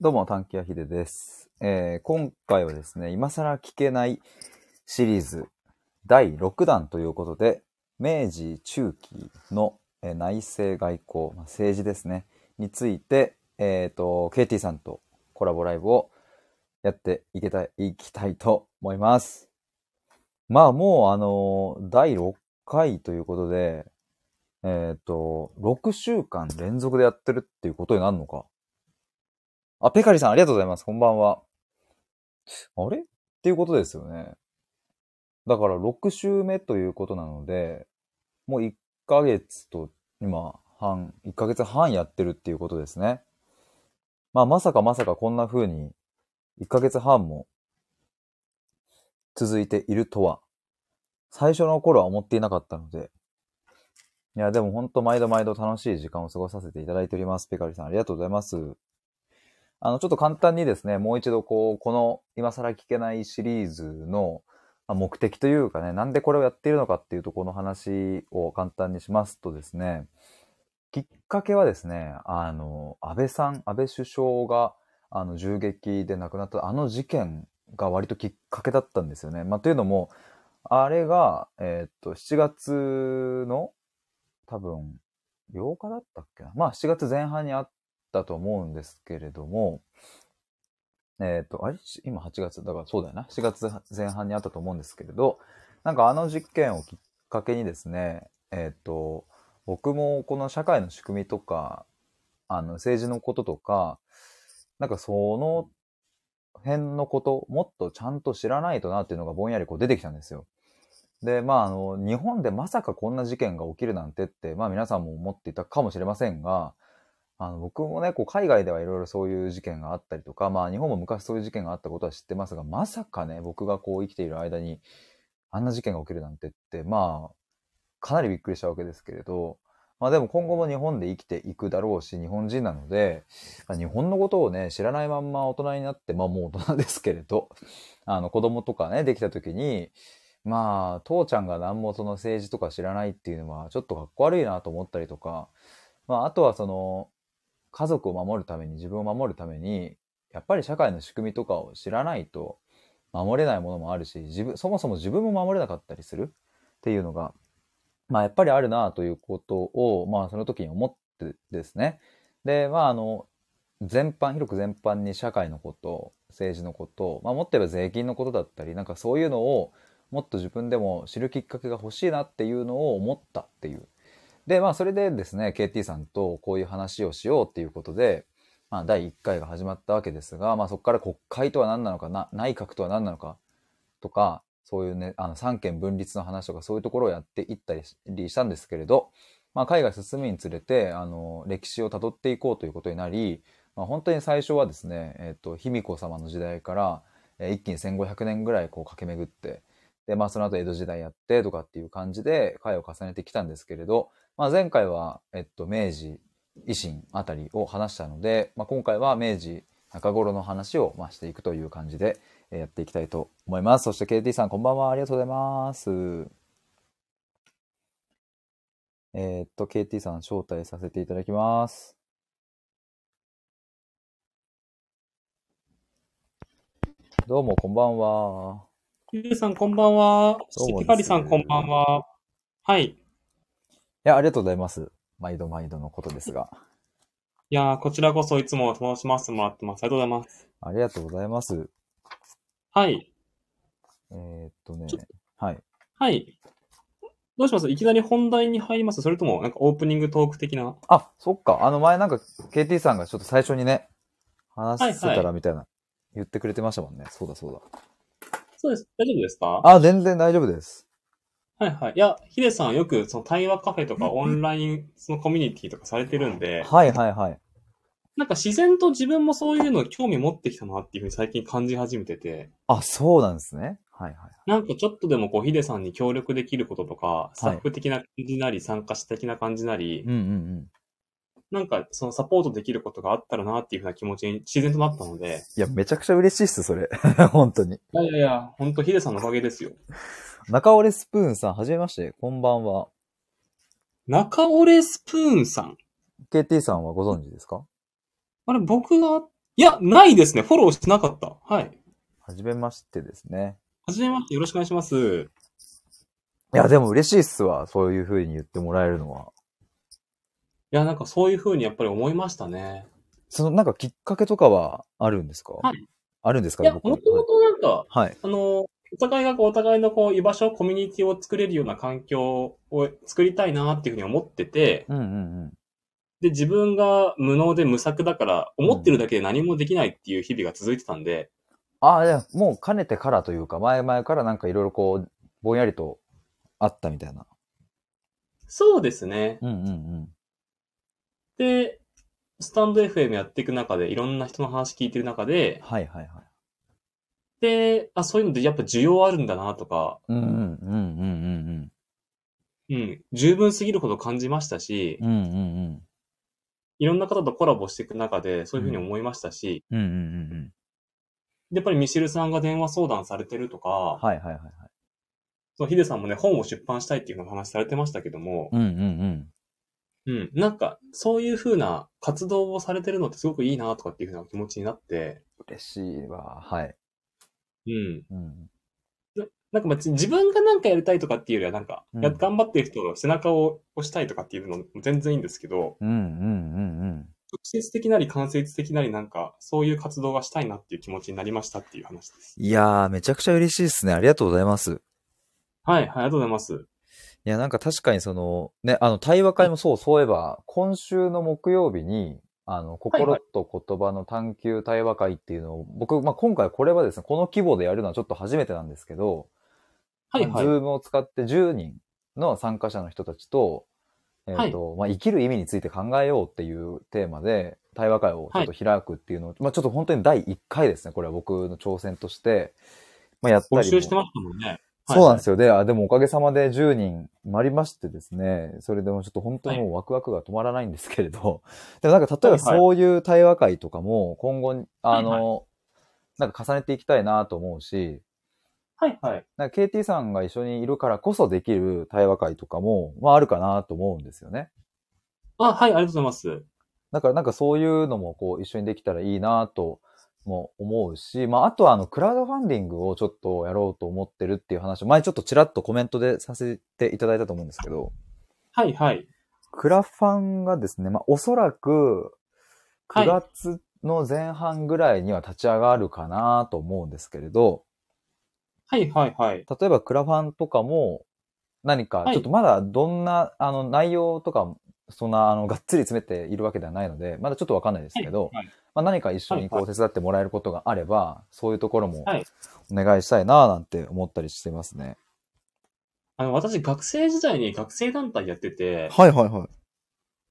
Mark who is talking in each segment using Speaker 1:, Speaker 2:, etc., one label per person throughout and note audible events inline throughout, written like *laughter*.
Speaker 1: どうも、探検ヒデです。えー今回はですね、今更聞けないシリーズ第6弾ということで、明治中期の、えー内政外交、まあ政治ですね、について、えっ、と、KT さんとコラボライブをやっていけたい、いきたいと思います。まあ、もう、あのー第6回ということで、えっ、と、6週間連続でやってるっていうことになるのか。あ、ペカリさん、ありがとうございます。こんばんは。あれっていうことですよね。だから、6週目ということなので、もう1ヶ月と、今、半、1ヶ月半やってるっていうことですね。まあ、まさかまさかこんな風に、1ヶ月半も、続いているとは、最初の頃は思っていなかったので、いや、でもほんと毎度毎度楽しい時間を過ごさせていただいております。ペカリさん、ありがとうございます。あの、ちょっと簡単にですね、もう一度こう、この今更聞けないシリーズのまあ目的というかね、なんでこれをやっているのかっていうところの話を簡単にしますとですね、きっかけはですね、あの、安倍さん、安倍首相が、あの、銃撃で亡くなったあの事件が割ときっかけだったんですよね。まあ、というのも、あれが、えーっと、7月の、多分、8日だったっけな。まあ、7月前半にあったと思うんですけれども、えーっと、あれし今8月、だからそうだよな。7月前半にあったと思うんですけれど、なんかあの事件をきっかけにですね、えーっと、僕もこの社会の仕組みとか、あの、政治のこととか、なんかその辺のこと、もっとちゃんと知らないとなっていうのがぼんやりこう出てきたんですよ。で、まあ、あの、日本でまさかこんな事件が起きるなんてって、まあ皆さんも思っていたかもしれませんが、あの、僕もね、こう、海外ではいろいろそういう事件があったりとか、まあ日本も昔そういう事件があったことは知ってますが、まさかね、僕がこう生きている間に、あんな事件が起きるなんてって、まあ、かなりびっくりしたわけですけれど、まあでも今後も日本で生きていくだろうし、日本人なので、まあ日本のことをね、知らないまんま大人になって、まあもう大人ですけれど、あの子供とかね、できた時に、まあ、父ちゃんが何もその政治とか知らないっていうのは、ちょっとかっこ悪いなと思ったりとか、まあ、あとはその、家族を守るために、自分を守るために、やっぱり社会の仕組みとかを知らないと守れないものもあるし、自分、そもそも自分も守れなかったりするっていうのが、まあ、やっぱりあるなということを、まあ、その時に思ってですね。で、まあ、あの、全般、広く全般に社会のこと、政治のこと、まあ、もっと言えば税金のことだったり、なんかそういうのを、もっと自分でも知るきっかけが欲しいなっていうのを思ったっていう。で、まあそれでですね、KT さんとこういう話をしようっていうことで、まあ第1回が始まったわけですが、まあそこから国会とは何なのかな、内閣とは何なのかとか、そういうね、あの三権分立の話とかそういうところをやっていったりしりしたんですけれど、まあ海外進むにつれて、あの、歴史を辿っていこうということになり、まあ本当に最初はですね、えっ、と、卑弥呼様の時代から、えー一気に1500年ぐらいこう駆け巡って、で、まあその後江戸時代やってとかっていう感じで回を重ねてきたんですけれど、まあ前回は、えっと、明治、維新あたりを話したので、まあ今回は明治中頃の話を、まあ、していくという感じでえーやっていきたいと思います。そして KT さんこんばんは、ありがとうございます。えーっと、KT さん招待させていただきます。どうも、こんばんは。
Speaker 2: ゆうさん、こんばんは。そし
Speaker 1: どうもです
Speaker 2: て、ピカリさん、こんばんは。はい。
Speaker 1: いや、ありがとうございます。毎度毎度のことですが。
Speaker 2: いやー、こちらこそいつも楽しませてもらってます。ありがとうございます。
Speaker 1: ありがとうございます。
Speaker 2: はい。
Speaker 1: えーっとね
Speaker 2: ちょ、
Speaker 1: はい。
Speaker 2: はい。どうしますいきなり本題に入りますそれとも、なんかオープニングトーク的な。
Speaker 1: あ、そっか。あの前なんか KT さんがちょっと最初にね、話せたらみたいな、言ってくれてましたもんね。そうだそうだ。
Speaker 2: そうです。大丈夫ですか
Speaker 1: あ、全然大丈夫です。
Speaker 2: はいはい。いや、ヒデさん、よく、その対話カフェとかオンライン、そのコミュニティとかされてるんで、
Speaker 1: はいはいはい。
Speaker 2: なんか自然と自分もそういうの興味持ってきたなっていうふうに最近感じ始めてて、
Speaker 1: あ、そうなんですね。はいはい。
Speaker 2: なんかちょっとでもこう、ヒデさんに協力できることとか、スタッフ的な感じなり、参加者的な感じなり、
Speaker 1: うんうんうん。
Speaker 2: なんか、そのサポートできることがあったらなっていうふうな気持ちに自然となったので、
Speaker 1: いや、めちゃくちゃ嬉しいっす、それ。 *laughs* 本当に。
Speaker 2: いやいやいや、ほんとヒデさんのおかげですよ。
Speaker 1: 中折スプーンさん、はじめまして。こんばんは。
Speaker 2: 中折れスプーンさん。
Speaker 1: KT さんはご存知ですか
Speaker 2: あれ、僕がいや、ないですね。フォローしてなかった。はい。
Speaker 1: はじめましてですね。
Speaker 2: はじめまして。よろしくお願いします。
Speaker 1: いや、でも嬉しいっすわ。そういう風に言ってもらえるのは。
Speaker 2: いや、なんかそういうふうにやっぱり思いましたね。
Speaker 1: その、なんかきっかけとかはあるんですか
Speaker 2: はい
Speaker 1: あるんですか
Speaker 2: いや、
Speaker 1: 僕
Speaker 2: もともとなんか、
Speaker 1: はい。
Speaker 2: あの、お互いがこうお互いのこう居場所、コミュニティを作れるような環境を作りたいなっていうふうに思ってて、
Speaker 1: うんうんうん。
Speaker 2: で、自分が無能で無策だから、思ってるだけで何もできないっていう日々が続いてたんで、
Speaker 1: ああ、いや、もうかねてからというか、前々からなんかいろいろこう、ぼんやりとあったみたいな。
Speaker 2: そうですね。
Speaker 1: うんうん
Speaker 2: で、スタンド FM やっていく中で、いろんな人の話聞いてる中
Speaker 1: うん。
Speaker 2: で、
Speaker 1: はいはいはい。
Speaker 2: で、あ、そういうのでやっぱ需要あるんだなとか、
Speaker 1: うんうんうんうん
Speaker 2: うん、十分すぎるほど感じましたし
Speaker 1: うんうん。う、んうん
Speaker 2: いろんな方とコラボしていく中で、そういうふうに思いましたし、
Speaker 1: うん。うんうんうんうん。
Speaker 2: でやっぱりミシルさんが電話相談されてるとか、
Speaker 1: はいはいはいはい。
Speaker 2: そのヒデさんもね、本を出版したいっていうお話されてましたけども、
Speaker 1: うんうんうん。
Speaker 2: うん、なんか、そういうふうな活動をされてるのってすごくいいなとかっていうふうな気持ちになって、
Speaker 1: 嬉しいわ。はい。
Speaker 2: うん。
Speaker 1: うん。
Speaker 2: なんか別に自分がなんかやりたいとかっていうよりは、なんか、
Speaker 1: うん
Speaker 2: や頑張ってる人の背中を押したいとかっていうのも全然いいんですけど、
Speaker 1: うんうんうんうん。
Speaker 2: 直接的なり間接的なりなんか、そういう活動がしたいなっていう気持ちになりましたっていう話です。
Speaker 1: いやー、めちゃくちゃ嬉しいですね。ありがとうございます。
Speaker 2: はい、はい、ありがとうございます。
Speaker 1: いや、なんか確かにその、ね、あの、対話会もそう、そういえば、今週の木曜日に、あの、
Speaker 2: はい
Speaker 1: 心と言葉の探求対話会っていうのを、僕、まあ、今回これはですね、この規模でやるのはちょっと初めてなんですけど、
Speaker 2: はい、はい
Speaker 1: ズ。ームを使って10人の参加者の人たちと、えっ、と、まあ、生きる意味について考えようっていうテーマで、対話会をちょっと開くっていうのを、まあ、ちょっと本当に第1回ですね、これは僕の挑戦として、まあ、やったりも
Speaker 2: 募集してましたもんね。。
Speaker 1: そうなんですすよ。で、あ、でもおかげさまで10人まりましてですね、それでもちょっと本当にもうワクワクが止まらないんですけれど、 *laughs* でもなんか例えば
Speaker 2: はいはい
Speaker 1: そういう対話会とかも今後、あの、
Speaker 2: はい
Speaker 1: なんか重ねていきたいなと思うし、
Speaker 2: はい、はい。
Speaker 1: なんか KT さんが一緒にいるからこそできる対話会とかも、まああるかなと思うんですよね。
Speaker 2: あ、はい、ありがとうございます。
Speaker 1: だからなんかそういうのもこう一緒にできたらいいなとも思うし、まああとはあのクラウドファンディングをちょっとやろうと思ってるっていう話を前ちょっとちらっとコメントでさせていただいたと思うんですけど、
Speaker 2: はい、はい。
Speaker 1: クラファンがですね、まあおそらく
Speaker 2: は
Speaker 1: 9
Speaker 2: い
Speaker 1: 月の前半ぐらいには立ち上がるかなと思うんですけれど、
Speaker 2: はい、はい、はい。
Speaker 1: 例えばクラファンとかも、何か
Speaker 2: は、い
Speaker 1: ちょっとまだどんな、あの、内容とか、そんな、あの、がっつり詰めているわけではないので、まだちょっとわかんないですけど、
Speaker 2: はいはい
Speaker 1: まあ、何か一緒にこ
Speaker 2: は
Speaker 1: う手伝ってもらえることがあれば、そういうところも
Speaker 2: はい
Speaker 1: お願いしたいな、なんて思ったりしてますね。
Speaker 2: あの、私、学生時代に学生団体やってて、
Speaker 1: はいはいはい。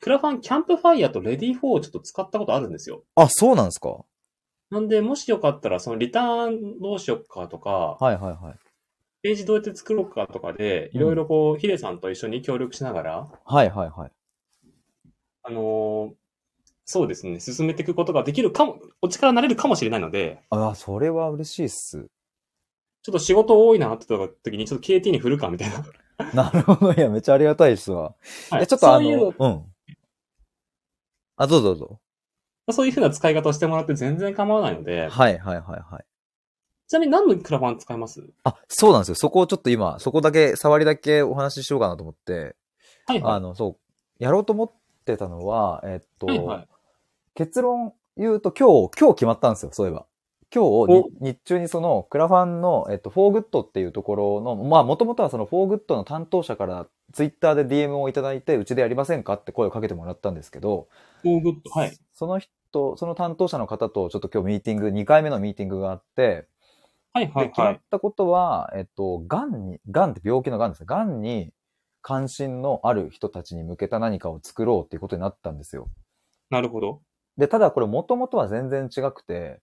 Speaker 2: クラファンキャンプファイヤーとレディフォーをちょっと使ったことあるんですよ。
Speaker 1: あ、そうなんですかは
Speaker 2: なんで、もしよかったら、そのリターンどうしよっかとか、
Speaker 1: いはいはい。
Speaker 2: ページどうやって作ろうかとかで、
Speaker 1: うん
Speaker 2: いろいろこう、ヒデさんと一緒に協力しながら、
Speaker 1: はいはいはい。
Speaker 2: あのーそうですね、進めていくことができるかも、お力になれるかもしれないので、
Speaker 1: あ、それは嬉しいっす。
Speaker 2: ちょっと仕事多いなって時に、ちょっと KT に振るかみたい
Speaker 1: *laughs*
Speaker 2: な。 *laughs*
Speaker 1: なるほど。いや、めっちゃありがたいっすわ。
Speaker 2: はい
Speaker 1: え、ちょっとあ
Speaker 2: そういう
Speaker 1: の、うん。あ、どうぞどうぞ。
Speaker 2: の、そういうふうな使い方をしてもらって全然構わないので、
Speaker 1: はいはいはいはい。
Speaker 2: ちなみに何のクラファン使います
Speaker 1: あ、そうなんですよ。そこをちょっと今、そこだけ、触りだけお話ししようかなと思って、
Speaker 2: はいは
Speaker 1: あ
Speaker 2: い。
Speaker 1: の、そう、やろうと思ってたのは、えっと、
Speaker 2: はいはい。
Speaker 1: 結論言うと今日、今日決まったんですよ、そういえば。今日
Speaker 2: お、
Speaker 1: に日中にその、クラファンの、えっと、フォーグッドっていうところの、まあ、もともとはその、フォーグッドの担当者から、ツイッターで DM をいただいて、うちでやりませんかって声をかけてもらったんですけど、
Speaker 2: オーグッド。はい。
Speaker 1: その人、その担当者の方とちょっと今日ミーティング、2回目のミーティングがあって、
Speaker 2: はいは
Speaker 1: で、
Speaker 2: い
Speaker 1: 決ま
Speaker 2: は
Speaker 1: っ
Speaker 2: い。
Speaker 1: たことは、えっと、癌に、癌って病気の癌ですね。癌に関心のある人たちに向けた何かを作ろうっていうことになったんですよ。
Speaker 2: なるほど。
Speaker 1: で、ただこれもともとは全然違くて、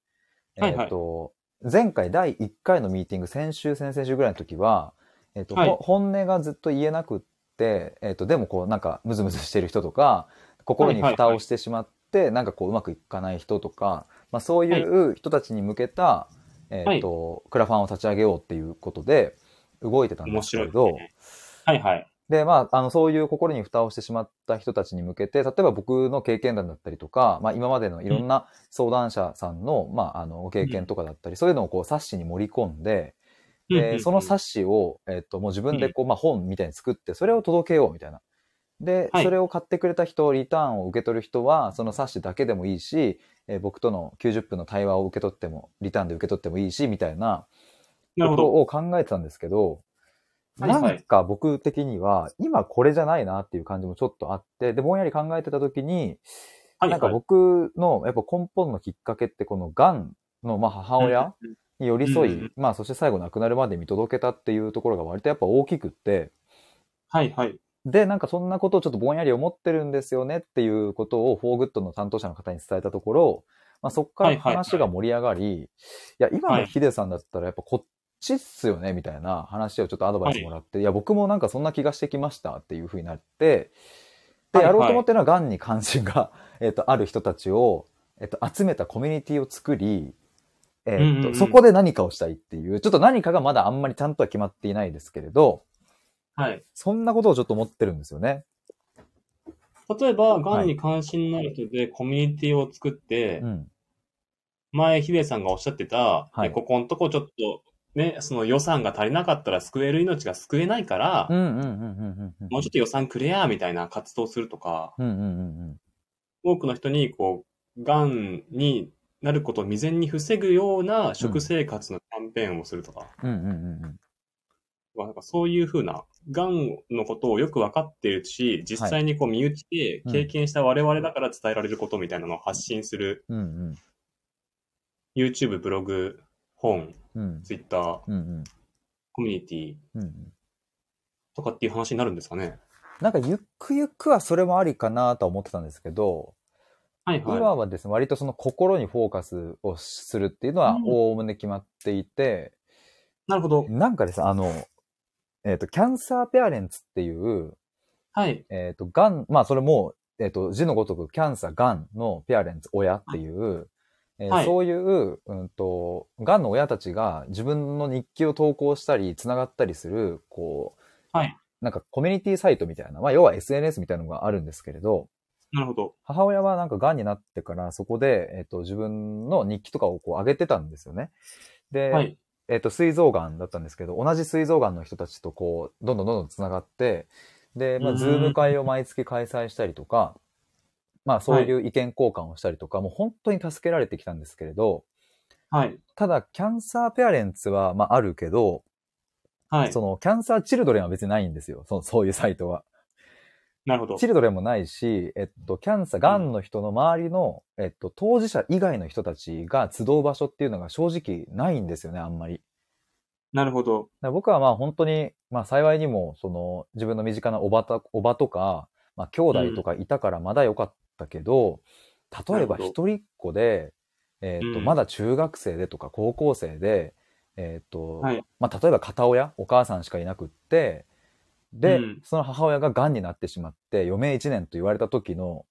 Speaker 2: はいはい
Speaker 1: えっと、前回第1回のミーティング、先週、先々週ぐらいの時は、えっと、
Speaker 2: はい
Speaker 1: ほ本音がずっと言えなくって、えっと、でもこうなんかムズムズしてる人とか、心に
Speaker 2: はいはいはい
Speaker 1: 蓋をしてしまって、なんかこううまくいかない人とか、まあそういう人たちに向けた、えっと、クラファンを立ち上げようっていうことで動いてたんですけれど、
Speaker 2: 面白いですねはいはい。
Speaker 1: で、まあ、あの、そういう心に蓋をしてしまった人たちに向けて、例えば僕の経験談だったりとか、まあ、今までのいろんな相談者さんの、まあ、あの、ご経験とかだったり、そういうのをこう、冊子に盛り込んで、
Speaker 2: うんうんう
Speaker 1: で、
Speaker 2: ん
Speaker 1: その冊子を、えっと、もう自分でこう、まあ、本みたいに作って、それを届けようみたいな。で、
Speaker 2: はい
Speaker 1: それを買ってくれた人、リターンを受け取る人は、その冊子だけでもいいし、えー僕との90分の対話を受け取っても、リターンで受け取ってもいいし、みたいな、
Speaker 2: なるほ
Speaker 1: こと
Speaker 2: ど。
Speaker 1: を考えてたんですけど、
Speaker 2: はいはい
Speaker 1: なんか僕的には、今これじゃないなっていう感じもちょっとあって、で、ぼんやり考えてた時に、
Speaker 2: はい、
Speaker 1: なんか
Speaker 2: はい
Speaker 1: 僕のやっぱ根本のきっかけって、この癌のまあ母親
Speaker 2: うん
Speaker 1: に寄り添
Speaker 2: うんうん
Speaker 1: い、まあそして最後亡くなるまで見届けたっていうところが割とやっぱ大きくって、
Speaker 2: はい、はい。
Speaker 1: で、なんかそんなことをちょっとぼんやり思ってるんですよねっていうことを 4Good の担当者の方に伝えたところ、まあ、そこか
Speaker 2: はい
Speaker 1: ら
Speaker 2: はいはい
Speaker 1: 話が盛り上がり、いや、今
Speaker 2: はい
Speaker 1: のヒデさんだったらやっぱこっちっすよねみたいな話をちょっとアドバイスもらって、い、や、僕もなんかそんな気がしてきましたっていうふうになって、で、
Speaker 2: はいは
Speaker 1: や
Speaker 2: い
Speaker 1: ろうと思ってるのは、癌に関心が、 *laughs* えっと、ある人たちを、えっと、集めたコミュニティを作り、えっと、
Speaker 2: うんうんうん
Speaker 1: そこで何かをしたいっていう、ちょっと何かがまだあんまりちゃんとは決まっていないですけれど、
Speaker 2: はい。
Speaker 1: そんなことをちょっと思ってるんですよね。
Speaker 2: 例えば、癌に関心のある人でコミュニティを作って、
Speaker 1: うん。
Speaker 2: 前、ヒデさんがおっしゃって
Speaker 1: は
Speaker 2: た、
Speaker 1: い
Speaker 2: ねここのとこちょっと、ね、その予算が足りなかったら救える命が救えないから、
Speaker 1: うんうんうんうんうん。
Speaker 2: もうちょっと予算くれや、みたいな活動をするとか、
Speaker 1: うんうんうん
Speaker 2: 多くの人に、こう、癌になることを未然に防ぐような食生活のキャンペーンをするとか、
Speaker 1: うん。うんうんうんうん。
Speaker 2: まあ、なんかそういうふうな、癌のことをよくわかっているし、実際にこう身内で
Speaker 1: うん
Speaker 2: 経験した我々だから伝えられることみたいなのを発信する、
Speaker 1: うんうん。
Speaker 2: YouTube、ブログ、本、
Speaker 1: うん。
Speaker 2: Twitter、
Speaker 1: うんうん。
Speaker 2: コミュニティ
Speaker 1: うんうん。
Speaker 2: とかっていう話になるんですかね。
Speaker 1: なんかゆくゆくはそれもありかなとは思ってたんですけど、
Speaker 2: はいはい。
Speaker 1: 今はですね、割とその心にフォーカスをするっていうのは
Speaker 2: うん
Speaker 1: おおむね決まっていて、
Speaker 2: なるほど。
Speaker 1: なんかですね、あの、えっ、と、キャンサーペアレンツっていう、
Speaker 2: はい。
Speaker 1: えっ、と、がん、まあ、それも、えっ、と、字のごとく、キャンサー、がんのペアレンツ、親っていう、えー
Speaker 2: はい
Speaker 1: そういう、うんと、がんの親たちが自分の日記を投稿したり、つながったりする、こう、
Speaker 2: はい
Speaker 1: なんかコミュニティサイトみたいな、まあ、要は SNS みたいなのがあるんですけれど、
Speaker 2: なるほど。
Speaker 1: 母親はなんか癌になってから、そこで、えっ、と、自分の日記とかをこう上げてたんですよね。で、
Speaker 2: はい。
Speaker 1: えっ、と、膵臓がんだったんですけど、同じ膵臓がんの人たちとこう、どんどんどんどんつながって、で、ま
Speaker 2: う
Speaker 1: あ、
Speaker 2: ん
Speaker 1: ズーム会を毎月開催したりとか、まあ、そういう意見交換をしたりとか、もう本当に助けられてきたんですけれど、
Speaker 2: はい。
Speaker 1: ただ、キャンサーペアレンツは、まあ、あるけど、
Speaker 2: はい
Speaker 1: そ。の、キャンサーチルドレンは別にないんですよ。そのそういうサイトは。
Speaker 2: なるほど。
Speaker 1: チルドレンもないし、えっと、キャンサー、がんの人の周りの、えっと、当事者以外の人たちが集う場所っていうのが正直ないんですよね、あんまり。
Speaker 2: なるほど。
Speaker 1: だから僕はまあ本当に、まあ幸いにも、その自分の身近なおばた、おばとか、まあ兄弟とかいたからまだ良かったけど、例えば
Speaker 2: なる
Speaker 1: 一
Speaker 2: ほ
Speaker 1: 人っ子で、えっ、と、
Speaker 2: うん
Speaker 1: まだ中学生でとか高校生で、えっ、と、
Speaker 2: はい
Speaker 1: まあ例えば片親、お母さんしかいなくって、で、
Speaker 2: うん
Speaker 1: その母親が癌になってしまって余命1年と言われた時の、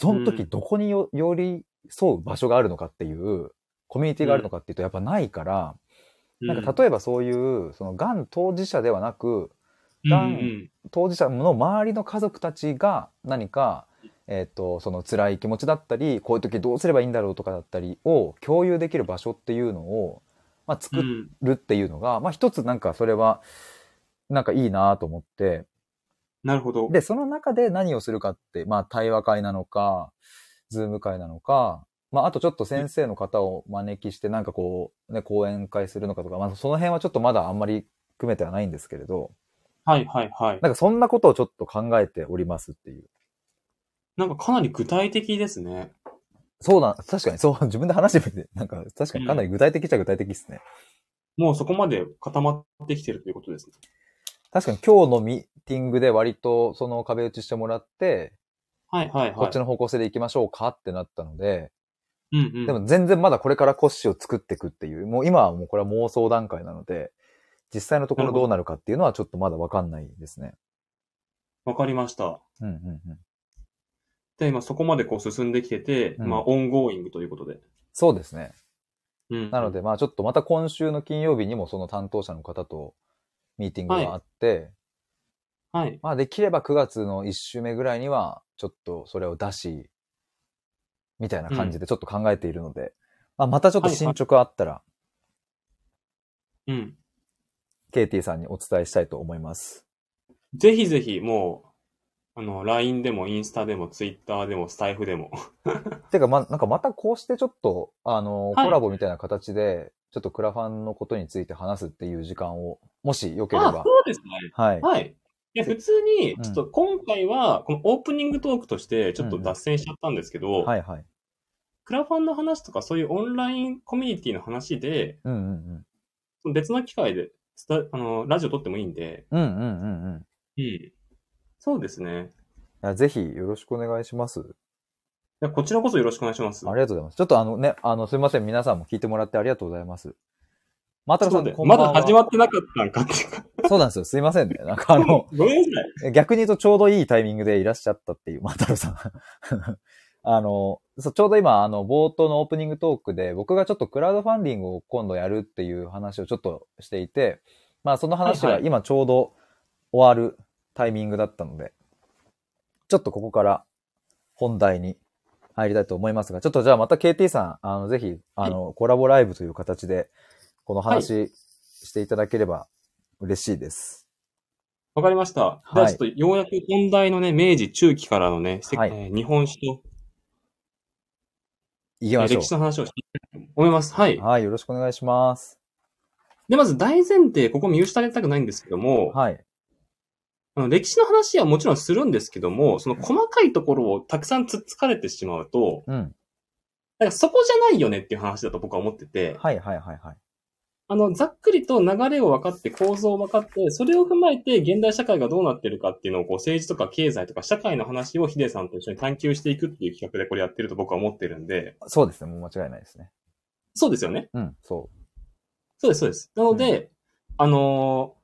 Speaker 1: その
Speaker 2: う
Speaker 1: 時
Speaker 2: ん
Speaker 1: どこによ寄り添う場所があるのかっていう、コミュニティがあるのかっていうとやっぱないから、なんか例えばそういう、その、がん当事者ではなく、
Speaker 2: うん
Speaker 1: 癌
Speaker 2: うん
Speaker 1: 当事者の周りの家族たちが何か、えっ、と、その辛い気持ちだったり、こういう時どうすればいいんだろうとかだったりを共有できる場所っていうのを、まあ、
Speaker 2: うんう
Speaker 1: 作
Speaker 2: ん。
Speaker 1: るっていうのが、まあ一つなんかそれは、なんかいいなと思って、
Speaker 2: なるほど。
Speaker 1: で、その中で何をするかって、まあ対話会なのか、ズーム会なのか、まああとちょっと先生の方を招きしてなんかこう、ね、講演会するのかとか、まあその辺はちょっとまだあんまり含めてはないんですけれど、
Speaker 2: はいはいはい。
Speaker 1: なんかそんなことをちょっと考えておりますっていう。
Speaker 2: なんかかなり具体的ですね。
Speaker 1: そうなん、確かにそう、自分で話してみて、なんか確かにかなり具体的っちゃ具体的ですね。
Speaker 2: もうそこまで固まってきてるということですね。
Speaker 1: 確かに今日のミーティングで割とその壁打ちしてもらって、
Speaker 2: はいはい
Speaker 1: こ
Speaker 2: は
Speaker 1: っ
Speaker 2: い
Speaker 1: ち。の方向性で行きましょうかってなったので、
Speaker 2: うんうん。
Speaker 1: でも全然まだこれから骨子を作っていくっていう、もう今はもうこれは妄想段階なので、実際のところどうなるかっていうのはちょっとまだわかんないですね。
Speaker 2: わかりました。
Speaker 1: うんうんうん。
Speaker 2: で、今そこまでこう進んできてて、
Speaker 1: うん
Speaker 2: まあオンゴーイングということで。
Speaker 1: そうですね。
Speaker 2: うん。
Speaker 1: なの。でまあちょっとまた今週の金曜日にもその担当者の方とミーティングがあって、
Speaker 2: はい。
Speaker 1: まあできれば9月の1週目ぐらいには、ちょっとそれを出し、みたいな感じでちょっと考えているので、まあまたちょっと進捗あったら、
Speaker 2: うん。
Speaker 1: ケイティさんにお伝えしたいと思います。
Speaker 2: ぜひぜひ、もう、あの、LINE でも、インスタでも、Twitter でも、スタイフでも。
Speaker 1: てか、ま、なんかまたこうしてちょっと、あの、
Speaker 2: はい
Speaker 1: コラボみたいな形で、ちょっとクラファンのことについて話すっていう時間を、もしよけれ
Speaker 2: あ、そ
Speaker 1: ば。
Speaker 2: うですね。
Speaker 1: はい。
Speaker 2: はい。いや、普通に、ちょっと今回は、このオープニングトークとして、ちょっと脱線しちゃったんですけど、
Speaker 1: はいはい。
Speaker 2: クラファンの話とか、そういうオンラインコミュニティの話で、
Speaker 1: うんうん
Speaker 2: 別の機会で、スタあの、ラジオ撮ってもいいんで、
Speaker 1: うん。うんうんうんうん。い
Speaker 2: うん。そうですね。
Speaker 1: やぜひよろしくお願いします。
Speaker 2: いやこちらこそよろしくお願いします。
Speaker 1: ありがとうございます。ちょっとあのね、あの、すみません。皆さんも聞いてもらってありがとうございます。また
Speaker 2: ちょ
Speaker 1: ろ
Speaker 2: っと
Speaker 1: さん、
Speaker 2: 待って
Speaker 1: こんば
Speaker 2: ま
Speaker 1: んは
Speaker 2: だ始まってなかったんかっていうか。
Speaker 1: そうなんですよ。すいませんね。なんかあの、
Speaker 2: *laughs* ごめんなさい。
Speaker 1: 逆に言うとちょうどいいタイミングでいらっしゃったっていう、万太郎さん。 *laughs* あの、そうちょうど今、あの、冒頭のオープニングトークで、僕がちょっとクラウドファンディングを今度やるっていう話をちょっとしていて、まあその話
Speaker 2: はい
Speaker 1: が
Speaker 2: はい
Speaker 1: 今ちょうど終わるタイミングだったので、ちょっとここから本題に入りたいと思いますが、ちょっとじゃあまた KT さん、あの、ぜひ、あの、コラボライブという形で、この話していただければ嬉しいです。
Speaker 2: わかりました。ではちょっとようやく本題のね、明治中期からのね、せ
Speaker 1: はい
Speaker 2: えー日本史と、
Speaker 1: い、
Speaker 2: え
Speaker 1: きま
Speaker 2: ー
Speaker 1: しょ。。
Speaker 2: 歴史の話をしていきたいと思います。はいう
Speaker 1: はい、よろしくお願いします。
Speaker 2: で、まず大前提、ここ見失いたくないんですけども、
Speaker 1: はい。
Speaker 2: あの歴史の話はもちろんするんですけども、その細かいところをたくさんつっつかれてしまうと、
Speaker 1: うん。
Speaker 2: なんかそこじゃないよねっていう話だと僕は思ってて、
Speaker 1: はいはいはいはい。
Speaker 2: あの、ざっくりと流れを分かって、構造を分かって、それを踏まえて現代社会がどうなってるかっていうのを、こう、政治とか経済とか社会の話をヒデさんと一緒に探求していくっていう企画でこれやってると僕は思ってるんで、
Speaker 1: そうですね。もう間違いないですね。
Speaker 2: そうですよね。
Speaker 1: うん、そ
Speaker 2: そうです、そうです。なので、あのー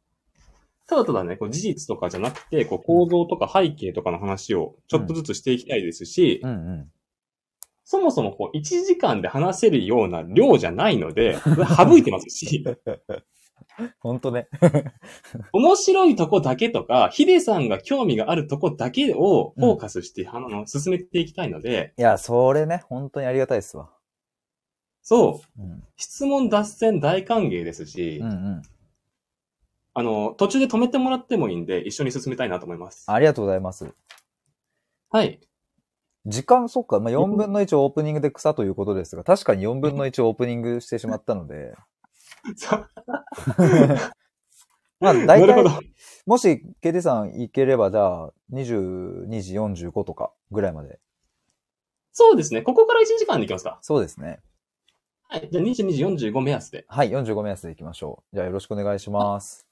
Speaker 2: ただただね、こう事実とかじゃなくて、こう構造とか背景とかの話をちょっとずつしていきたいですし、
Speaker 1: う。うんうん。
Speaker 2: そもそもこう1時間で話せるような量じゃないので、省いてますし、
Speaker 1: ほんとね。
Speaker 2: 面白いとこだけとか、ヒデさんが興味があるとこだけをフォーカスして、あの、進めていきたいので、
Speaker 1: いや、それね、本当にありがたいですわ。
Speaker 2: そう、
Speaker 1: うん。
Speaker 2: 質問脱線大歓迎ですし、
Speaker 1: うんうん。
Speaker 2: あの、途中で止めてもらってもいいんで、一緒に進めたいなと思います。
Speaker 1: ありがとうございます。
Speaker 2: はい。
Speaker 1: 時間、そっか。まあ、4分の1オープニングで草ということですが、確かに4分の1オープニングしてしまったの
Speaker 2: *laughs*
Speaker 1: で。
Speaker 2: そう
Speaker 1: まあ、
Speaker 2: な
Speaker 1: 大
Speaker 2: るほ
Speaker 1: 体
Speaker 2: ど、。
Speaker 1: もし、KT さん行ければ、じゃあ、22時45とかぐらいまで。
Speaker 2: そうですね。ここから1時間でいきますか。
Speaker 1: そうですね。
Speaker 2: はい。じゃあ22時45目安で。よ
Speaker 1: はい、45目安で行きましょう。じゃあ、よろしくお願いします。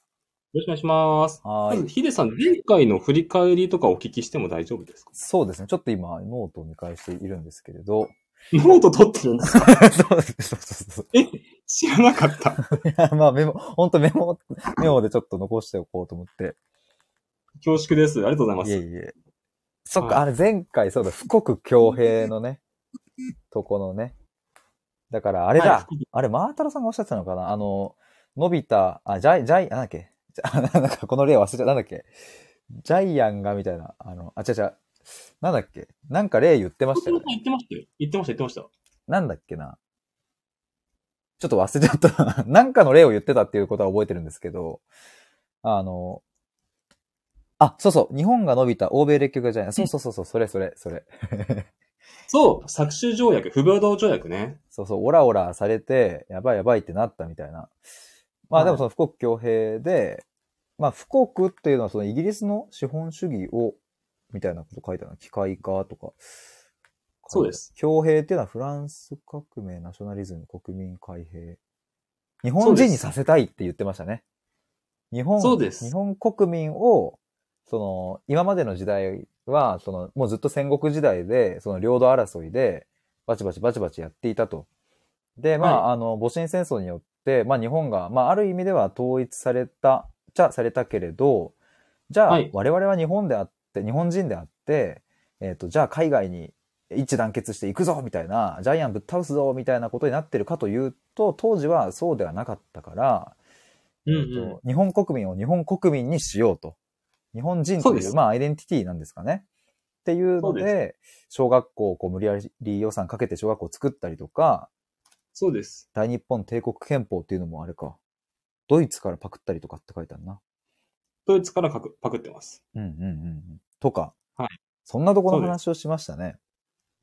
Speaker 2: ろしくお願いします。
Speaker 1: は
Speaker 2: ま
Speaker 1: ー
Speaker 2: ず、
Speaker 1: い。
Speaker 2: ヒデさん、前回の振り返りとかお聞きしても大丈夫ですか
Speaker 1: そうですね。ちょっと今、ノートを見返しているんですけれど。
Speaker 2: ノート取ってるんです
Speaker 1: *laughs*
Speaker 2: か
Speaker 1: そうそうそうそう。
Speaker 2: 知らなかった。
Speaker 1: いや、 *laughs* まあメモ、ほんとメモ、メモでちょっと残しておこうと思って。
Speaker 2: 恐縮です。ありがとうございま
Speaker 1: いえ
Speaker 2: す。
Speaker 1: いえ。そっか、
Speaker 2: はい
Speaker 1: あれ前回そうだ、富国強兵のね、とこのね。だからあれだ、
Speaker 2: はい
Speaker 1: あれ、マータロさんがおっしゃってたのかなあの、のび太、あ、ジャイ、ジャイ、なんだっけ *laughs* じゃなんかこの例忘れちゃった、なんだっけジャイアンがみたいな、あの、あ、違う違う。なんだっけなんか例言ってましたよね。
Speaker 2: 言ってましたよ。言ってました、言ってました。
Speaker 1: なんだっけな。ちょっと忘れちゃった。 *laughs* なんかの例を言ってたっていうことは覚えてるんですけど、あの、あ、そうそう、日本が伸びた欧米列強がじゃない。そうそうそうそう、それそれ、それ。
Speaker 2: そう、搾取条約、不平等条約ね。
Speaker 1: そうそう、オラオラされて、やばいやばいってなったみたいな。まあでも
Speaker 2: はい
Speaker 1: その富国強兵で、まあ富国っていうのはそのイギリスの資本主義を、みたいなこと書いてあるの。機械化とか。
Speaker 2: そうです。
Speaker 1: 強兵っていうのはフランス革命、ナショナリズム、国民開閉。日本人にさせたいって言ってましたね。日本、
Speaker 2: そうです
Speaker 1: 日本国民を、その、今までの時代は、その、もうずっと戦国時代で、その領土争いで、バチバチバチバチやっていたと。で、まあ、あの、戊辰戦争によって、まあ、日本が、まあ、ある意味では統一された、じゃされたけれど、じゃあ、
Speaker 2: はい
Speaker 1: 我々は日本であって、日本人であって、えっ、と、じゃあ海外に一致団結していくぞみたいな、ジャイアンぶっ倒すぞみたいなことになってるかというと、当時はそうではなかったから、
Speaker 2: うん
Speaker 1: えっと日本国民を日本国民にしようと。日本人
Speaker 2: そ
Speaker 1: と
Speaker 2: う
Speaker 1: い
Speaker 2: です
Speaker 1: う、まあ、アイデンティティなんですかね。っていうの
Speaker 2: そう
Speaker 1: で、
Speaker 2: で
Speaker 1: 小学校をこう無理やり予算かけて小学校を作ったりとか、
Speaker 2: そうです。
Speaker 1: 大日本帝国憲法っていうのもあれか。ドイツからパクったりとかって書いてあるな。
Speaker 2: ドイツからパクパクってます。
Speaker 1: うんうんうんうん。とか。
Speaker 2: はい
Speaker 1: そんなとこの話をしましたね。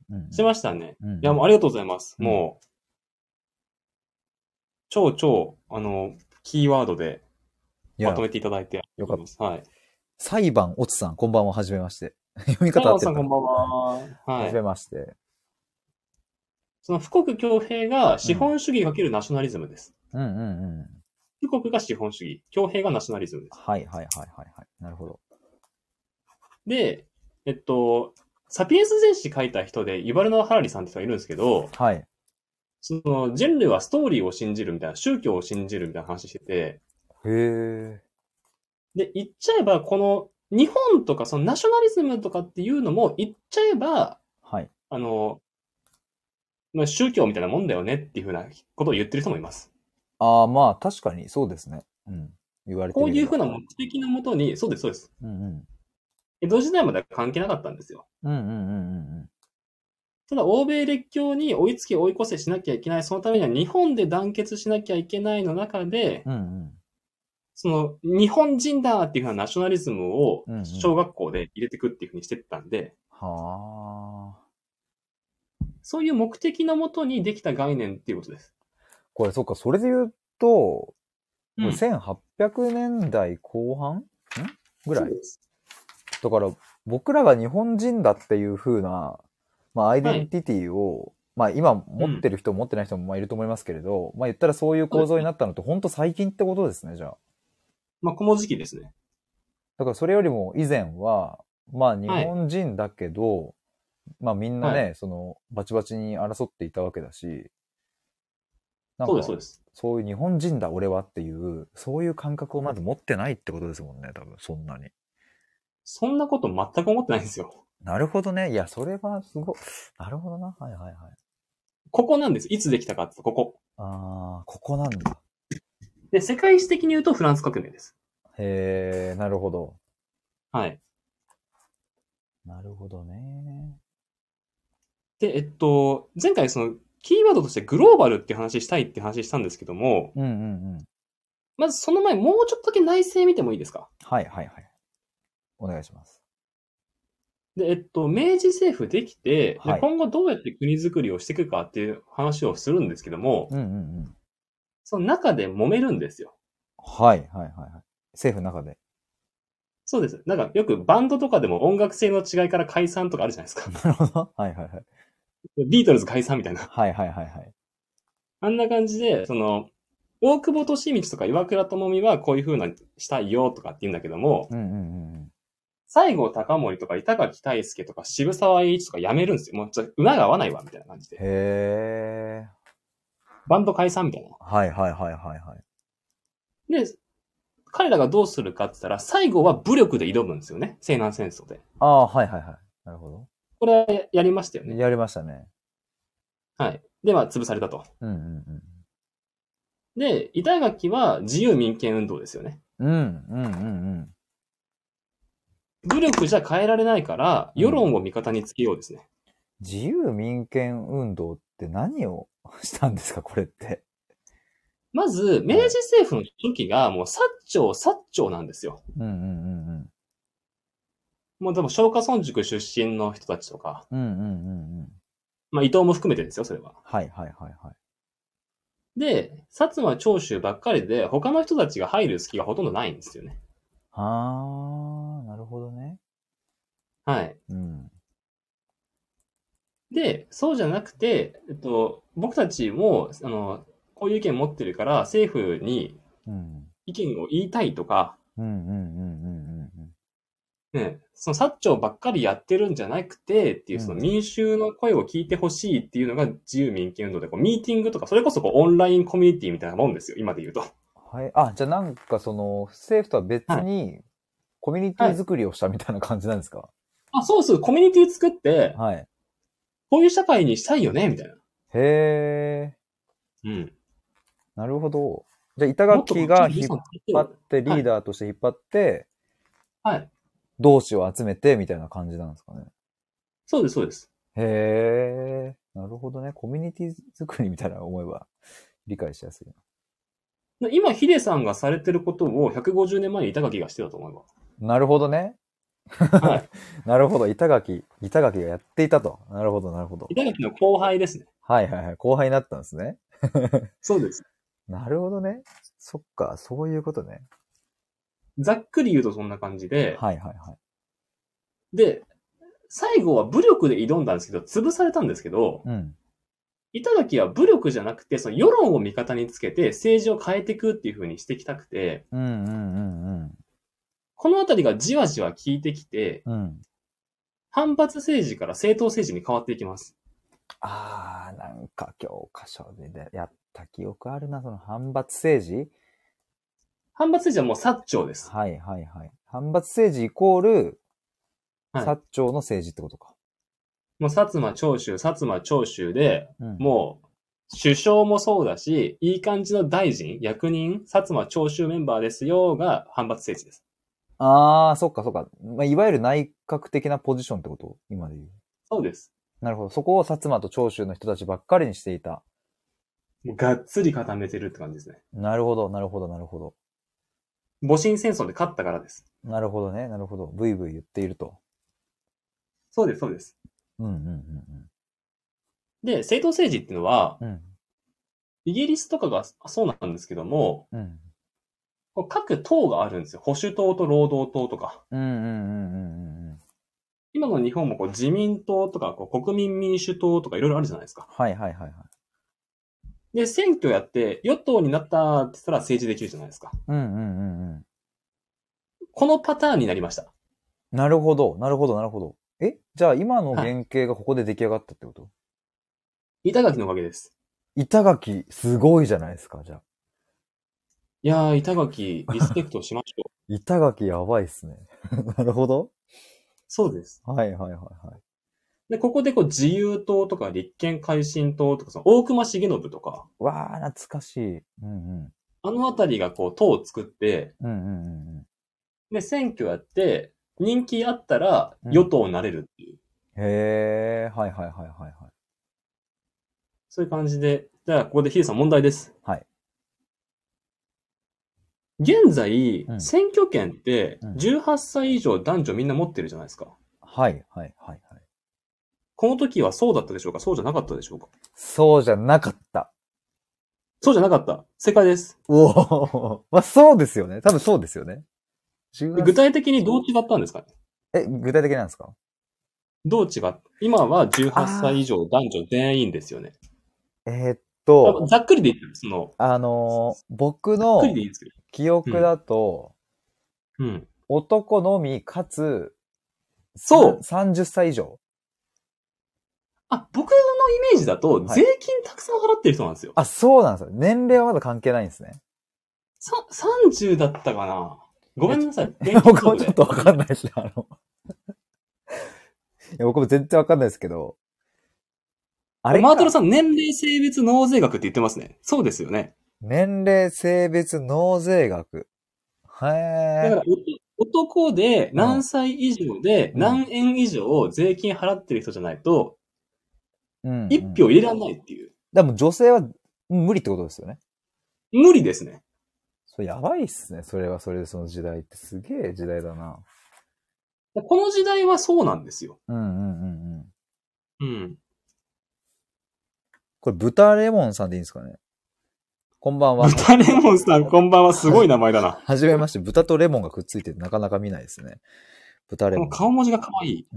Speaker 1: うん
Speaker 2: しましたね。
Speaker 1: うんうん
Speaker 2: いや、もうありがとうございます。
Speaker 1: うん
Speaker 2: もう、超超、あの、キーワードで
Speaker 1: いや
Speaker 2: まとめていただいて、。
Speaker 1: よかった
Speaker 2: はい。
Speaker 1: 裁判おつさん、こんばんは、はじめまして。読み
Speaker 2: カ
Speaker 1: 方合
Speaker 2: ラ
Speaker 1: って
Speaker 2: さ
Speaker 1: る
Speaker 2: ん
Speaker 1: か
Speaker 2: こんばんは。は
Speaker 1: はじめ
Speaker 2: い。
Speaker 1: まして。
Speaker 2: その富国強兵が資本主義かけるナショナリズムです。
Speaker 1: うんうんうん。
Speaker 2: 富国が資本主義、強兵がナショナリズムです。
Speaker 1: はいはいはいはいはい。なるほど。
Speaker 2: で、えっと、サピエンス全史書いた人で、ユバルノ・ハラリさんって人がいるんですけど、
Speaker 1: はい。
Speaker 2: その人類はストーリーを信じるみたいな、宗教を信じるみたいな話してて、
Speaker 1: へえ。
Speaker 2: で、言っちゃえば、この日本とかそのナショナリズムとかっていうのも、言っちゃえば、
Speaker 1: はい。
Speaker 2: あの、まあ、宗教みたいなもんだよねっていうふうなことを言ってる人もいます。
Speaker 1: ああ、まあ確かにそうですね。うん。言われて
Speaker 2: こういうふう
Speaker 1: ふ
Speaker 2: な目的のもとに、そうです、そうです。
Speaker 1: うんうん。
Speaker 2: 江戸時代までは関係なかったんですよ。
Speaker 1: うんうんうんうんうん。
Speaker 2: ただ、欧米列強に追いつき追い越せしなきゃいけない、そのためには日本で団結しなきゃいけないの中で、
Speaker 1: うん
Speaker 2: その、日本人だっていうふうなナショナリズムを
Speaker 1: うんうん
Speaker 2: 小学校で入れてくっていうふうにしてったんで、
Speaker 1: うん。はあ。
Speaker 2: そういう目的のもとにできた概念っていうことです。
Speaker 1: これそっか、それで言うと、
Speaker 2: う
Speaker 1: こ
Speaker 2: ん
Speaker 1: れ1800年代後半んぐらい
Speaker 2: そうです
Speaker 1: だから僕らが日本人だっていう風な、まあ、アイデンティティを、まあ今持ってる人、持ってない人もまあいると思いますけれど、まあ言ったらそういう構造になったのって本当最近ってことですね、じゃあ。
Speaker 2: まあ、この時期ですね。
Speaker 1: だからそれよりも以前は、まあ日本人だけど、まあみんなね、
Speaker 2: は
Speaker 1: そのバチバチに争っていたわけだし、なん
Speaker 2: そうで
Speaker 1: か
Speaker 2: す、そうです。
Speaker 1: そういう日本人だ俺はっていう、そういう感覚をまず持ってないってことですもんね、多分そんなに。
Speaker 2: そんなこと全く思ってないんですよ。
Speaker 1: なるほどね。いや、それはすごい。なるほどな。はいはいはい。
Speaker 2: ここなんです。いつできたかって、ここ。
Speaker 1: ああ、ここなんだ。
Speaker 2: で、世界史的に言うとフランス革命です。
Speaker 1: へえ、なるほど。
Speaker 2: はい。
Speaker 1: なるほどね。
Speaker 2: で、えっと、前回その、キーワードとしてグローバルっていう話したいって話したんですけども、
Speaker 1: うんうんうん。
Speaker 2: まずその前、もうちょっとだけ内政見てもいいですか
Speaker 1: はいはいはい。お願いします。
Speaker 2: で、えっと、明治政府できて、で
Speaker 1: はい
Speaker 2: 今後どうやって国づくりをしていくかっていう話をするんですけども、
Speaker 1: うんうんうん。
Speaker 2: その中で揉めるんですよ。
Speaker 1: はいはいはいはい。政府の中で。
Speaker 2: そうです。なんかよくバンドとかでも音楽性の違いから解散とかあるじゃないですか。 *laughs*
Speaker 1: なるほど。はいはいはい。
Speaker 2: ビートルズ解散みたいな。
Speaker 1: はいはいはいはい。
Speaker 2: あんな感じで、その、大久保利通とか岩倉智美はこういう風なしたいよとかって言うんだけども、
Speaker 1: うんうんうんうん。
Speaker 2: 西郷隆盛とか板垣大輔とか渋沢栄一とか辞めるんですよ。もうちょっと馬が合わないわみたいな感じで。
Speaker 1: へえ。
Speaker 2: バンド解散みたい
Speaker 1: はいはいはいはいはい。
Speaker 2: な。で、彼らがどうするかって言ったら、西郷は武力で挑むんですよね。西南戦争で。
Speaker 1: ああ、はいはいはい。なるほ
Speaker 2: これはやりましたよ
Speaker 1: ど。
Speaker 2: ね。
Speaker 1: やりましたね。
Speaker 2: はい。で、まあ、潰されたと。
Speaker 1: うんうんうん。
Speaker 2: で、板垣は自由民権運動ですよね。
Speaker 1: うんうんうん
Speaker 2: 武力じゃ変えられないから、世論を味方につけようですね。
Speaker 1: 自由民権運動って何をしたんですか、これって。
Speaker 2: まず、明治政府の初期がもう、薩長、薩長なんですよ。
Speaker 1: うんうんうんうん。
Speaker 2: もう多分、昭和村塾出身の人たちとか、
Speaker 1: うんうんうんうん。
Speaker 2: まあ、伊藤も含めてですよ、それは。
Speaker 1: はいはいはいはい。
Speaker 2: で、薩摩長州ばっかりで、他の人たちが入る隙がほとんどないんですよね。
Speaker 1: あー、なるほどね。
Speaker 2: はい。
Speaker 1: うん。
Speaker 2: で、そうじゃなくて、えっと、僕たちも、あの、こういう意見持ってるから、政府に
Speaker 1: うん。
Speaker 2: 意見を言いたいとか、
Speaker 1: うんうんうんうん
Speaker 2: ね、その薩長ばっかりやってるんじゃなくて、っていうその民衆の声を聞いてほしいっていうのが自由民権運動で、こうミーティングとか、それこそこうオンラインコミュニティみたいなもんですよ、今で言うと。
Speaker 1: うん。はい。あ、じゃあなんかその、政府とは別に、コミュニティ作りをしたみたいな感じなんですか
Speaker 2: あ、そうそう、コミュニティ作って、
Speaker 1: はい。
Speaker 2: こういう社会にしたいよね、みたいな。
Speaker 1: へー、
Speaker 2: うん。
Speaker 1: なるほど。じゃあ板
Speaker 2: もっとこ
Speaker 1: 垣
Speaker 2: っち
Speaker 1: が
Speaker 2: に理
Speaker 1: 引
Speaker 2: 想
Speaker 1: っ
Speaker 2: をつけて
Speaker 1: 張
Speaker 2: よ
Speaker 1: って、リーダーとして引っ張って、
Speaker 2: はい。
Speaker 1: 同士を集めてみたいな感じなんですかね。
Speaker 2: そうです、そうです。
Speaker 1: へえ、なるほどね。コミュニティ作りみたいな思えば理解しやすいな。
Speaker 2: 今、ヒデさんがされてることを150年前に板垣がしてたと思いま
Speaker 1: なるほどね。
Speaker 2: す。はい。
Speaker 1: *laughs* なるほど。板垣、板垣がやっていたと。なるほど、なるほど。
Speaker 2: 板垣の後輩ですね。
Speaker 1: はいはいはい。後輩になったんですね。
Speaker 2: そうです。
Speaker 1: なるほどね。そっか、そういうことね。
Speaker 2: ざっくり言うとそんな感じで、
Speaker 1: はいはいはい。
Speaker 2: で、最後は武力で挑んだんですけど、潰されたんですけど、
Speaker 1: うん。
Speaker 2: 板垣は武力じゃなくて、その世論を味方につけて政治を変えていくっていう風にしてきたくて、
Speaker 1: うんうんうん
Speaker 2: このあたりがじわじわ効いてきて、
Speaker 1: うん。うん。
Speaker 2: 反発政治から政党政治に変わっていきます。
Speaker 1: あー、なんか教科書でねやった記憶あるな、その反発政治
Speaker 2: 反発政治はもう薩長です。
Speaker 1: はいはいはい。反発政治イコール、
Speaker 2: はい
Speaker 1: 薩長の政治ってことか。
Speaker 2: もう薩摩長州、薩摩長州で、
Speaker 1: うん
Speaker 2: もう、首相もそうだし、いい感じの大臣、役人、薩摩長州メンバーですよが反発政治です。
Speaker 1: ああ、そっかそっか。まあ、いわゆる内閣的なポジションってこと今で言う。
Speaker 2: そうです。
Speaker 1: なるほど。そこを薩摩と長州の人たちばっかりにしていた。
Speaker 2: もうがっつり固めてるって感じですね。
Speaker 1: なるほど、なるほど、なるほど。
Speaker 2: 戊辰戦争で勝ったからです。
Speaker 1: なるほどね、なるほど。ブイブイ言っていると。
Speaker 2: そうです、そうです。
Speaker 1: うんうん
Speaker 2: で、政党政治っていうのは、
Speaker 1: うんうん。
Speaker 2: イギリスとかがそうなんですけども、
Speaker 1: うん。うん。
Speaker 2: こう各党があるんですよ。保守党と労働党とか。
Speaker 1: うんうんうんうんうんうん。
Speaker 2: 今の日本もこう自民党とかこう国民民主党とかいろいろあるじゃないですか。
Speaker 1: はいはいはいはい。
Speaker 2: で、選挙やって与党になったって言ったら政治できるじゃないですか。
Speaker 1: うんうんうんうん。
Speaker 2: このパターンになりました。
Speaker 1: なるほど、なるほど、なるほど。えじゃあ今の
Speaker 2: はい
Speaker 1: 原型がここで出来上がったってこと、
Speaker 2: 板垣のおかげです。
Speaker 1: 板垣、すごいじゃないですか、じゃあ。
Speaker 2: いやー、
Speaker 1: *laughs*
Speaker 2: 板垣、リスペクトしましょう。
Speaker 1: 板垣やばいっすね。 *laughs* なるほど。
Speaker 2: そうです。
Speaker 1: はいはいはいはい。
Speaker 2: で、ここでこう、自由党とか、立憲改進党とか、その、大隈重信とか、
Speaker 1: わー、懐かしい。うんうん。
Speaker 2: あのあたりがこう、党を作って、
Speaker 1: うんうんうんうん。
Speaker 2: で、選挙やって、人気あったら、
Speaker 1: うん
Speaker 2: 与党になれるっていう、
Speaker 1: へー、はいはいはいはいはい。
Speaker 2: そういう感じで、じゃあ、ここでヒデさん問題です。
Speaker 1: はい。
Speaker 2: 現在、
Speaker 1: うん
Speaker 2: 選挙権って
Speaker 1: うん、
Speaker 2: 18歳以上男女みんな持ってるじゃないですか。
Speaker 1: はいはいはいはい。
Speaker 2: この時はそうだったでしょうかそうじゃなかったでしょうか
Speaker 1: そうじゃなかった。
Speaker 2: そうじゃなかった。正解です。
Speaker 1: おお。まあそうですよね。多分そうですよね。18
Speaker 2: 具体的にどう違ったんですかね
Speaker 1: え、具体的なんですか
Speaker 2: どう違っ今は18歳以上男女全員ですよね。
Speaker 1: えーっと、
Speaker 2: ざっくりでいいですよその、
Speaker 1: あのー僕
Speaker 2: ざっ
Speaker 1: の
Speaker 2: くりでいいんですけど。
Speaker 1: 記憶だと、
Speaker 2: うん。
Speaker 1: 男のみかつ、
Speaker 2: そう
Speaker 1: さん !30 歳以上。
Speaker 2: あ、僕のイメージだと、
Speaker 1: はい
Speaker 2: 税金たくさん払ってる人なんですよ。
Speaker 1: あ、そうなんですよ。年齢はまだ関係ないん
Speaker 2: *laughs*
Speaker 1: ですね。
Speaker 2: さ、30だったかなごめんなさい。電気不
Speaker 1: 僕も
Speaker 2: 足
Speaker 1: ち
Speaker 2: で
Speaker 1: ょっとわかんないし、あの。いや、僕も全然わかんないですけど。あれか
Speaker 2: マートルさん、年齢性別納税額って言ってますね。そうですよね。
Speaker 1: 年齢、性別、納税額。
Speaker 2: だか
Speaker 1: へ
Speaker 2: ら、おと男で何歳以上で
Speaker 1: うん
Speaker 2: 何円以上税金払ってる人じゃないと、
Speaker 1: え。うん
Speaker 2: 一票入れられないっていう。
Speaker 1: でも女性は無理ってことですよね。
Speaker 2: 無理ですね。
Speaker 1: それやばいっすね。それはそれでその時代ってすげえ時代だな。
Speaker 2: この時代はそうなんですよ。
Speaker 1: うんうんうんうん。
Speaker 2: うん。
Speaker 1: これ豚レモンさんでいいんですかねこんばんは。
Speaker 2: 豚レモンさん、こんばんは。すごい名前
Speaker 1: *laughs*
Speaker 2: だな。
Speaker 1: はじめまして。豚とレモンがくっついててなかなか見ないですね。豚レ
Speaker 2: こ
Speaker 1: モ
Speaker 2: の
Speaker 1: ン。
Speaker 2: 顔文字が可愛い。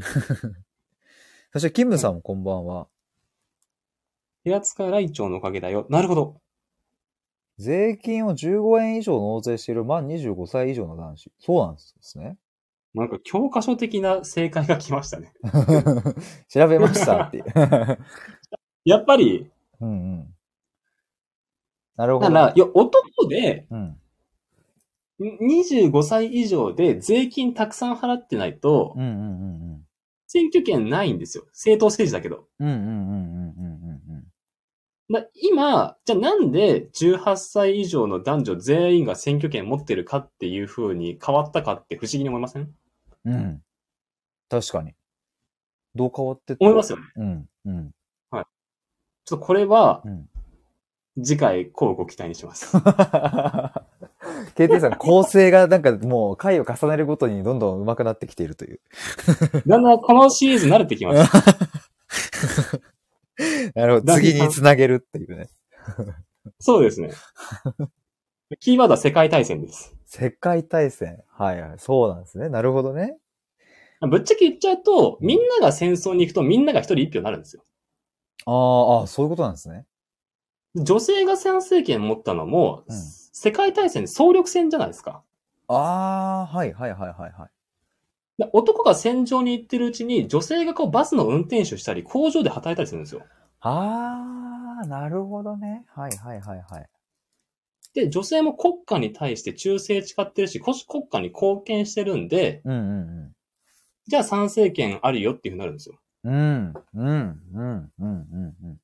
Speaker 1: そしてキムさんもこんばんは。
Speaker 2: 平塚雷鳥のおかげだよ。なるほど。
Speaker 1: 税金を15円以上納税している満25歳以上の男子。そうなんですね。 *laughs*
Speaker 2: なんか教科書的な正解が来ましたね。
Speaker 1: 調べましたっていう。 *laughs*
Speaker 2: やっぱり、
Speaker 1: うんうん。なるほ
Speaker 2: な
Speaker 1: ど。
Speaker 2: ら、いや、男で、
Speaker 1: うん。
Speaker 2: 25歳以上で税金たくさん払ってないと
Speaker 1: うんう、んうん
Speaker 2: 選挙権ないんですよ。政党政治だけど。
Speaker 1: うん。うんうんうんうんうんうん。
Speaker 2: だ今、じゃあなんで18歳以上の男女全員が選挙権持ってるかっていう風に変わったかって不思議に思いません
Speaker 1: うん。確かに。どう変わってった
Speaker 2: 思いますよね。
Speaker 1: うん。うん。
Speaker 2: ちょっとこれは
Speaker 1: う、ん。
Speaker 2: 次回、こうご期待にします。
Speaker 1: KT さん、構成がなんかもう回を重ねるごとにどんどん上手くなってきているという。
Speaker 2: だんだんこのシリーズ慣れてきました。
Speaker 1: なるほど。次につなげるっていうね。
Speaker 2: そうですね。 *laughs* キーワードは世界大戦です。
Speaker 1: 世界大戦。はいはい。そうなんですね。なるほどね。
Speaker 2: ぶっちゃけ言っちゃうと、みんなが戦争に行くとみんなが一人一票になるんですよ。
Speaker 1: あーあー、そういうことなんですね。
Speaker 2: 女性が参政権持ったのも、
Speaker 1: うん
Speaker 2: 世界大戦で総力戦じゃないですか。
Speaker 1: ああ、はいはいはいはいはい。
Speaker 2: で男が戦場に行ってるうちに、女性がこうバスの運転手したり、工場で働いたりするんですよ。
Speaker 1: ああ、なるほどね。はいはいはいはい。
Speaker 2: で、女性も国家に対して忠誠誓ってるし、こし国家に貢献してるんで、
Speaker 1: うんうん
Speaker 2: じゃあ参政権あるよっていうふうになるんですよ。
Speaker 1: うん。うん、うん、うん、うん、うん。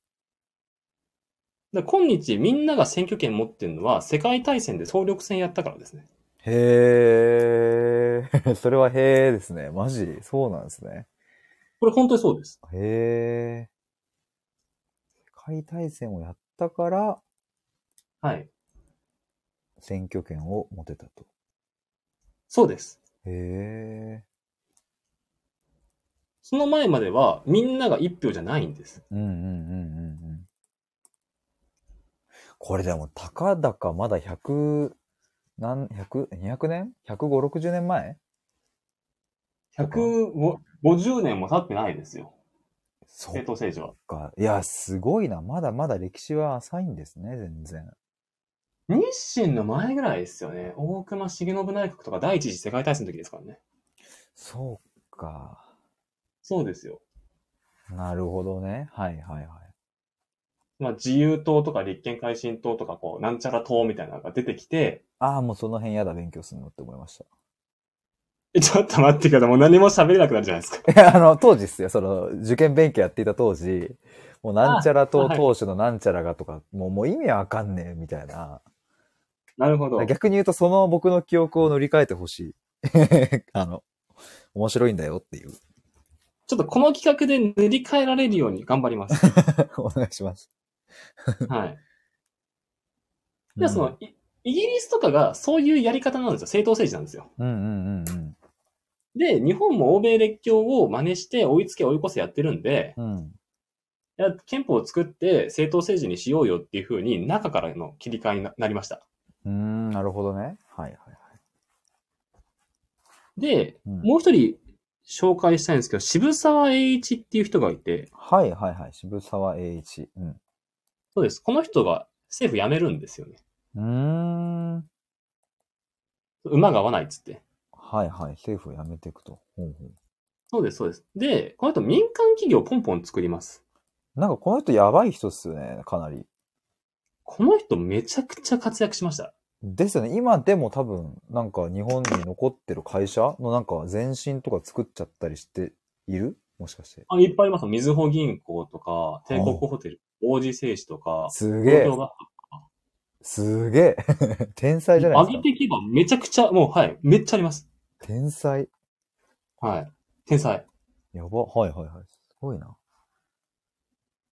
Speaker 2: で今日みんなが選挙権持ってるのは、世界大戦で総力戦やったからですね。
Speaker 1: へえ、 *laughs* それはへえですね。マジそうなんですね。
Speaker 2: これ本当にそうです。
Speaker 1: へえ。世界大戦をやったから、
Speaker 2: はい。
Speaker 1: 選挙権を持てたと。
Speaker 2: そうです。
Speaker 1: へえ。
Speaker 2: その前までは、みんなが一票じゃないんです。
Speaker 1: うんうんうんうんうん。これでも、たかだかまだ100、何、100、200年 ?105、60年前
Speaker 2: 150年も経ってないですよ。
Speaker 1: そ
Speaker 2: 政
Speaker 1: う
Speaker 2: 党政治は。
Speaker 1: か。いや、すごいな。まだまだ歴史は浅いんですね、全然。
Speaker 2: 日清の前ぐらいですよね。大隈重信内閣とか第一次世界大戦の時ですからね。
Speaker 1: そうか。
Speaker 2: そうですよ。
Speaker 1: なるほどね。はいはいはい。
Speaker 2: まあ、自由党とか立憲改進党とか、こう、なんちゃら党みたいなのが出てきて、
Speaker 1: ああ、もうその辺やだ、勉強するのって思いまし
Speaker 2: え、ちょっと待ってください。もう何も喋れなくなるじゃないです
Speaker 1: *laughs*
Speaker 2: か。
Speaker 1: た。いや、あの、当時っすよ。その、受験勉強やっていた当時、もうなんちゃら
Speaker 2: あ
Speaker 1: と
Speaker 2: はい
Speaker 1: 当主のなんちゃらがとか、もうもう意味わかんねえ、みたいな。
Speaker 2: なるほど。
Speaker 1: 逆に言うと、その僕の記憶を塗り替えてほしい。 *laughs* あの、面白いんだよっていう。 *laughs*
Speaker 2: ちょっとこの企画で塗り替えられるように頑張ります。
Speaker 1: お願いします。
Speaker 2: はい。じゃあそ
Speaker 1: うん
Speaker 2: の、いイギリスとかがそういうやり方なんですよ。政党政治なんですよ。
Speaker 1: うんうんうん
Speaker 2: で、日本も欧米列強を真似して追いつけ追い越せやってるんで、
Speaker 1: うん。うん。
Speaker 2: いや憲法を作って政党政治にしようよっていうふうに中からの切り替えにななりました。
Speaker 1: うーん、なるほどね。はいはいはい。
Speaker 2: で、
Speaker 1: うん
Speaker 2: もう一人紹介したいんですけど、渋沢栄一っていう人がいて、
Speaker 1: はいはいはい。渋沢栄一。うん。
Speaker 2: そうです。この人が政府辞めるんですよね。
Speaker 1: うーん。は
Speaker 2: 馬が合わないっつって。
Speaker 1: いはい。政府を辞めていくと。ほうほう
Speaker 2: そうです、そうです。で、この人民間企業をポンポン作ります。
Speaker 1: なんかこの人やばい人っすよね。かなり。
Speaker 2: この人めちゃくちゃ活躍しました。
Speaker 1: ですよね。今でも多分、なんか日本に残ってる会社のなんか前身とか作っちゃったりしているもしかして。
Speaker 2: あいっぱいあります。みずほ銀行とか、帝国ホテル、王子製紙とか、
Speaker 1: すげえ。
Speaker 2: 東京が
Speaker 1: すげえ。 *laughs* 天才じゃないです
Speaker 2: 上げ
Speaker 1: か
Speaker 2: て。いけばめちゃくちゃ、もうはい、めっちゃあります。
Speaker 1: 天才。
Speaker 2: はい。天才。
Speaker 1: やば。はいはいはい。すごいな。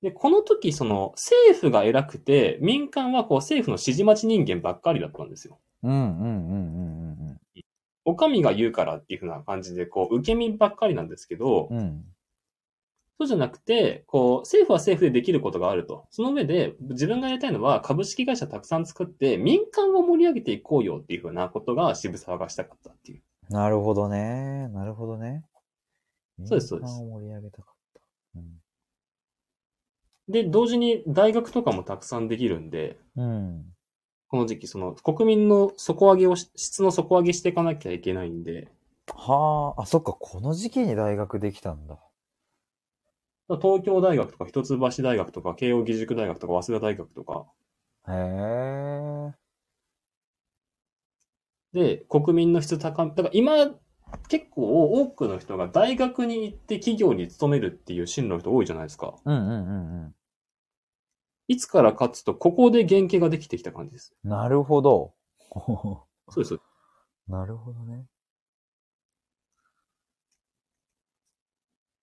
Speaker 2: で、この時、その、政府が偉くて、民間はこう、政府の指示待ち人間ばっかりだったんですよ。
Speaker 1: うんうんうんうんうん
Speaker 2: お上が言うからっていうふうな感じで、こう、受け身ばっかりなんですけど、
Speaker 1: うん。うん。
Speaker 2: そうじゃなくて、こう、政府は政府でできることがあると。その上で、自分がやりたいのは株式会社たくさん作って、民間を盛り上げていこうよっていうふうなことが渋沢がしたかったっていう。
Speaker 1: なるほどね。なるほどね。
Speaker 2: そうですそうです
Speaker 1: 民間を盛り上げたかった。うん。
Speaker 2: で、同時に大学とかもたくさんできるんで、
Speaker 1: うん。
Speaker 2: この時期、その、国民の底上げをし、質の底上げしていかなきゃいけないんで、
Speaker 1: はあ、あ、そっか、この時期に大学できたんだ。
Speaker 2: 東京大学とか一橋大学とか慶応義塾大学とか早稲田大学とか、
Speaker 1: へえ。
Speaker 2: で、国民の質高め、だから今、結構多くの人が大学に行って企業に勤めるっていう進路の人多いじゃないですか。
Speaker 1: うんうんうんう
Speaker 2: いつからかっつうと、ここで原型ができてきた感じです。
Speaker 1: ん。なるほ *laughs* ど。
Speaker 2: そうです。
Speaker 1: なるほどね。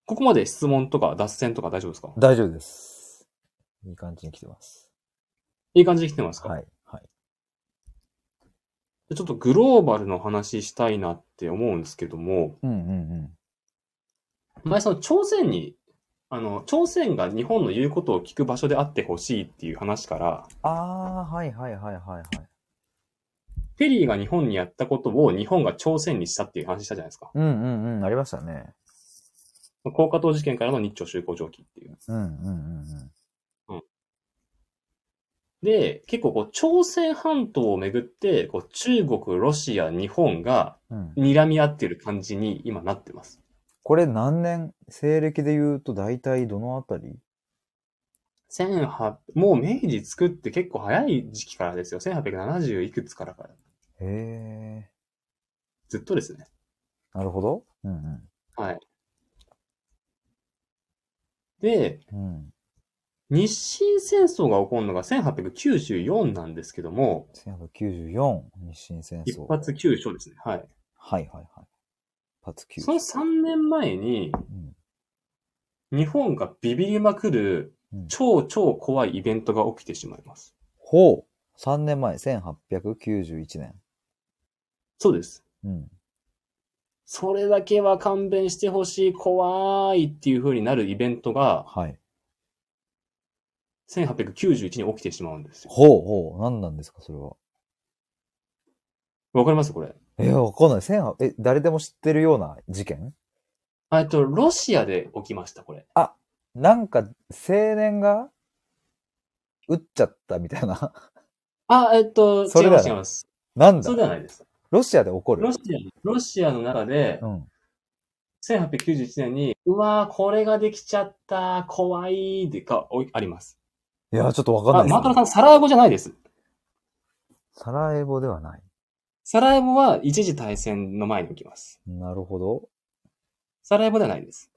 Speaker 2: ここまで質問とか脱線とか大丈夫ですか
Speaker 1: 大丈夫です。いい感じに来てます。
Speaker 2: いい感じで来てますか、
Speaker 1: はい。はい。
Speaker 2: でちょっとグローバルの話したいなって思うんですけども、
Speaker 1: うんうんうん。
Speaker 2: 前その朝鮮に、あの、朝鮮が日本の言うことを聞く場所であってほしいっていう話から、
Speaker 1: あー、はいはいはいはいはい。
Speaker 2: ペリーが日本にやったことを日本が朝鮮にしたっていう話したじゃないですか。
Speaker 1: うんうんうん。ありましたね。
Speaker 2: 高架島事件からの日朝修好条記っていう。
Speaker 1: うんうんうん
Speaker 2: で、結構こう、朝鮮半島をめぐって、こう、中国、ロシア、日本が
Speaker 1: うん。うん、
Speaker 2: 睨み合ってる感じに今なってます。
Speaker 1: これ何年西暦で言うと大体どのあたり
Speaker 2: 1800、もう明治作って結構早い時期からですよ。1870いくつからから。
Speaker 1: へえ。
Speaker 2: ずっとですね。
Speaker 1: なるほど。うん
Speaker 2: はい。で、
Speaker 1: うん。うん。
Speaker 2: 日清戦争が起こるのが1894なんですけども、
Speaker 1: 1894、日清戦争。
Speaker 2: 一発急所ですね。はい。
Speaker 1: はいはいはい。一発急
Speaker 2: その3年前に、
Speaker 1: うん
Speaker 2: 日本がビビりまくる
Speaker 1: うん
Speaker 2: 超超怖いイベントが起きてしまいます。
Speaker 1: ほう。3年前、1891年。
Speaker 2: そうです。
Speaker 1: うん。
Speaker 2: それだけは勘弁してほしい、怖いっていう風になるイベントが
Speaker 1: はい。
Speaker 2: 1891に起きてしまうんですよ。
Speaker 1: ほうほう。何なんですか、それは。
Speaker 2: わかりますこれ。
Speaker 1: え、わかんない。千え、誰でも知ってるような事件
Speaker 2: あえっと、ロシアで起きました、これ。
Speaker 1: なんか、青年が、撃っちゃったみたいな。 *laughs*
Speaker 2: あ、えっと、
Speaker 1: それ
Speaker 2: 違い
Speaker 1: だ
Speaker 2: ます、
Speaker 1: ね
Speaker 2: 違います。
Speaker 1: なんだ
Speaker 2: そうではないです。
Speaker 1: ロシアで起こる。
Speaker 2: ロシア、ロシアの中で、
Speaker 1: うん。
Speaker 2: 1891年に、うわー、これができちゃった、怖いでか、おいあります。
Speaker 1: いや、ちょっとわか
Speaker 2: あ、
Speaker 1: んない
Speaker 2: マ
Speaker 1: で
Speaker 2: カロ
Speaker 1: す、
Speaker 2: さん、サラエボじゃないです。
Speaker 1: サラエボではない。
Speaker 2: サラエボは一次大戦の前に起きます。
Speaker 1: なるほど。っ
Speaker 2: サラエボではないです。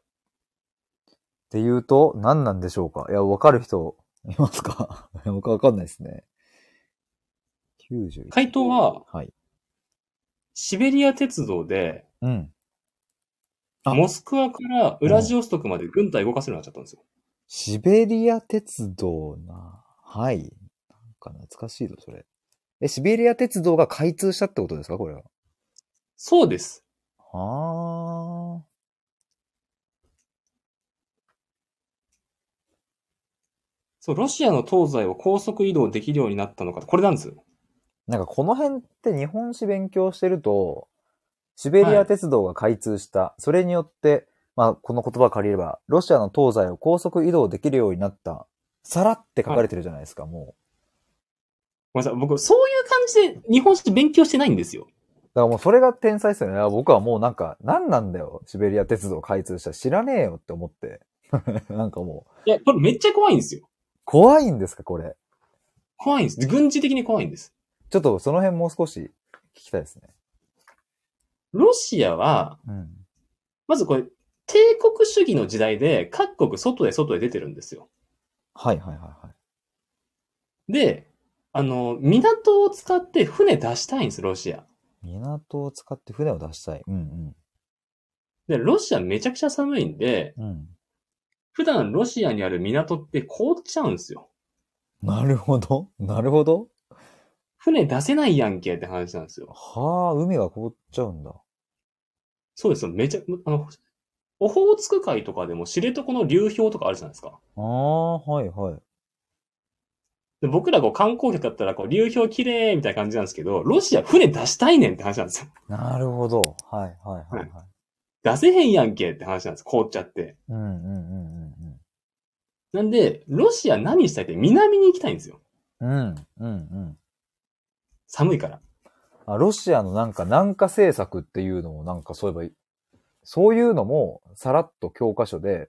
Speaker 1: て言うと、何なんでしょうかいや、わかる人、いますか *laughs* 僕わかんないですね。91。
Speaker 2: 回答は、
Speaker 1: はい。
Speaker 2: シベリア鉄道で、
Speaker 1: うん。あ
Speaker 2: モスクワからウラジオストクまで軍隊動かせるようになっちゃったんですよ。
Speaker 1: シベリア鉄道な。はい。なんか懐かしいぞ、それ。え、シベリア鉄道が開通したってことですかこれは。
Speaker 2: そうです。
Speaker 1: は
Speaker 2: そう、ロシアの東西を高速移動できるようになったのか、これなんですよ。
Speaker 1: あ。なんかこの辺って日本史勉強してると、シベリア鉄道が開通した。それによって、まあこの言葉を借りれば、ロシアの東西を高速移動できるようになった。さらって書かれてるじゃないですか、も
Speaker 2: ごめんなさい、僕、そういう感じで日本史勉強してないんですよ。
Speaker 1: う。だからもうそれが天才ですよね。いや僕はもうなんか、何なんだよ、シベリア鉄道開通した。知らねえよって思って。 *laughs* なんかもう、
Speaker 2: いや、これめっちゃ怖いんですよ。
Speaker 1: 怖いんですか、これ。
Speaker 2: 怖いんです。軍事的に怖いんです。
Speaker 1: ちょっとその辺もう少し聞きたいですね。
Speaker 2: ロシアは、
Speaker 1: うん。
Speaker 2: まずこれ、帝国主義の時代で各国外へ外へ出てるんですよ。
Speaker 1: はいはいはいはい。
Speaker 2: で、あの、港を使って船出したいんです、ロシア。
Speaker 1: 港を使って船を出したい。うん
Speaker 2: で、ロシアめちゃくちゃ寒いんで、
Speaker 1: うん。うん。
Speaker 2: 普段ロシアにある港って凍っちゃうんですよ。
Speaker 1: なるほど。なるほど。
Speaker 2: 船出せないやんけって話なんですよ。
Speaker 1: はあ、海が凍っちゃうんだ。
Speaker 2: そうですよ。めちゃ、あの、オホーツク海とかでも知床の流氷とかあるじゃないですか。
Speaker 1: ああ、はいはい。
Speaker 2: で僕らこう観光客だったらこう流氷きれいみたいな感じなんですけど、ロシア船出したいねんって話なんですよ。
Speaker 1: なるほど。はいはいはいはい。
Speaker 2: 出せへんやんけって話なんです。凍っちゃって。
Speaker 1: うんうんうん
Speaker 2: なんで、ロシア何したいって南に行きたいんですよ。
Speaker 1: うんうん。うんうんうん。
Speaker 2: 寒いから。
Speaker 1: あ、ロシアのなんか南下政策っていうのもなんかそういえばい、そういうのもさらっと教科書で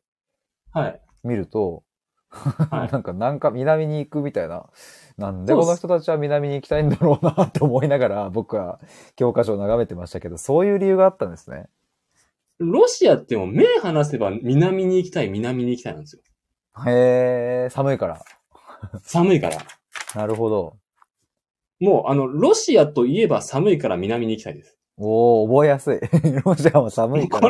Speaker 2: はい。
Speaker 1: 見ると、
Speaker 2: はい
Speaker 1: *laughs* なんか南下、南に行くみたいな。なんで
Speaker 2: そ
Speaker 1: こ
Speaker 2: うっす
Speaker 1: の人たちは南に行きたいんだろうなって思いながら僕は教科書を眺めてましたけど、そういう理由があったんですね。
Speaker 2: ロシアってもう目離せば南に行きたい、南に行きたいなんですよ。
Speaker 1: へえ、寒いから。
Speaker 2: 寒いから。
Speaker 1: なるほど。
Speaker 2: もうあの、ロシアといえば寒いから南に行きたいです。
Speaker 1: *laughs* おー、覚えやすい。ロシアも寒いから、
Speaker 2: こ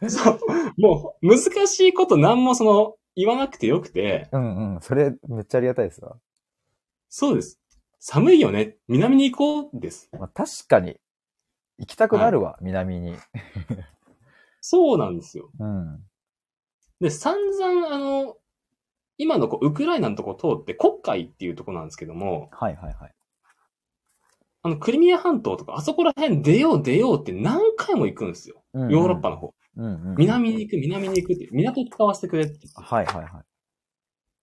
Speaker 2: れ、そう。もう、難しいこと何もその、言わなくてよくて、
Speaker 1: うんうん。それ、めっちゃありがたいですわ。
Speaker 2: そうです。寒いよね。南に行こうです。
Speaker 1: まあ、確かに、行きたくなるわ、南に。
Speaker 2: そうなんですよ。
Speaker 1: うん。
Speaker 2: で、散々、あの、今のこうウクライナのとこ通って、黒海っていうとこなんですけども、
Speaker 1: はいはいはい。
Speaker 2: あの、クリミア半島とか、あそこら辺出よう出ようって何回も行くんですよ。
Speaker 1: うんうん
Speaker 2: ヨーロッパの方。
Speaker 1: うんうん、
Speaker 2: 南に行く、南に行くって、港使わせてくれって。っ
Speaker 1: はいはいはい。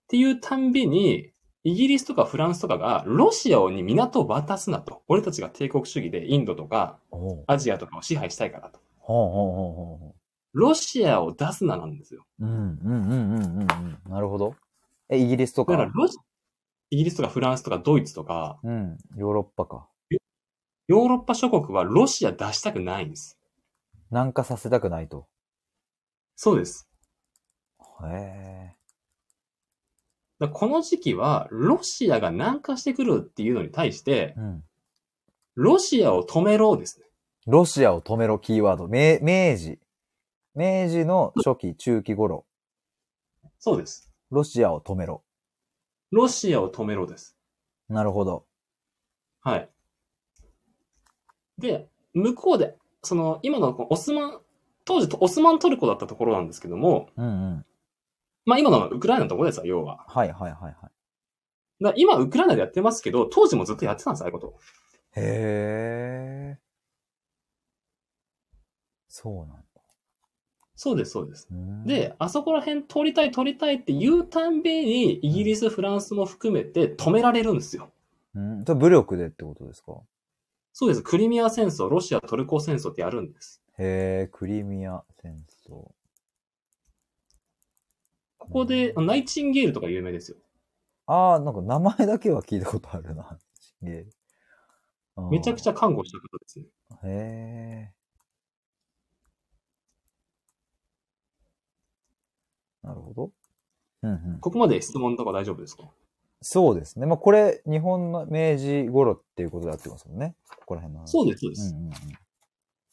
Speaker 2: ていうたんびに、イギリスとかフランスとかが、ロシアに港を渡すなと。俺たちが帝国主義でインドとか
Speaker 1: おう
Speaker 2: アジアとかを支配したいからと。
Speaker 1: ほうほうほうほうほ
Speaker 2: ロシアを出すななんですよ。
Speaker 1: う。うんうんうんうんうんうん。なるほど。え、イギリスと
Speaker 2: だから
Speaker 1: か。
Speaker 2: ロシ、イギリスとかフランスとかドイツとか、
Speaker 1: うん。ヨーロッパか。
Speaker 2: ヨーロッパ諸国はロシア出したくないんです。
Speaker 1: 南下させたくないと。
Speaker 2: そうです。
Speaker 1: へえ。
Speaker 2: だからこの時期は、ロシアが南下してくるっていうのに対して、
Speaker 1: うん。
Speaker 2: ロシアを止めろですね。
Speaker 1: ロシアを止めろキーワード。明、明治。明治の初期、中期頃。
Speaker 2: そうです。
Speaker 1: ロシアを止めろ。
Speaker 2: ロシアを止めろです。
Speaker 1: なるほど。
Speaker 2: はい。で、向こうで、その、今のこのオスマン、当時オスマントルコだったところなんですけども、
Speaker 1: うんうん。
Speaker 2: まあ今のウクライナのところですわ、要は。
Speaker 1: はいはいはいは
Speaker 2: だから今ウクライナでやってますけど、当時もずっとやってたんです、ああいうこと。
Speaker 1: い。へえ。そうなんだ。
Speaker 2: そうです、そうです。
Speaker 1: うん、
Speaker 2: で、あそこら辺取りたい取りたいって言うたんびに、イギリス、フランスも含めて止められるんですよ。
Speaker 1: うん、それ武力でってことですか
Speaker 2: そうです。クリミア戦争、ロシア、トルコ戦争ってやるんです。
Speaker 1: へえ、クリミア戦争。
Speaker 2: ここで、
Speaker 1: うん
Speaker 2: ナイチンゲールとか有名ですよ。
Speaker 1: ああ、なんか名前だけは聞いたことあるな。すげえ。
Speaker 2: めちゃくち
Speaker 1: ゃ。
Speaker 2: ゃ看護した方ですね。
Speaker 1: へえ。なるほど。うんうん。
Speaker 2: ここまで質問とか大丈夫ですか
Speaker 1: そうですね。まあ、これ、日本の明治頃っていうことであってますもんね。ここら辺の話。
Speaker 2: そううです、そうです。
Speaker 1: んうんうん。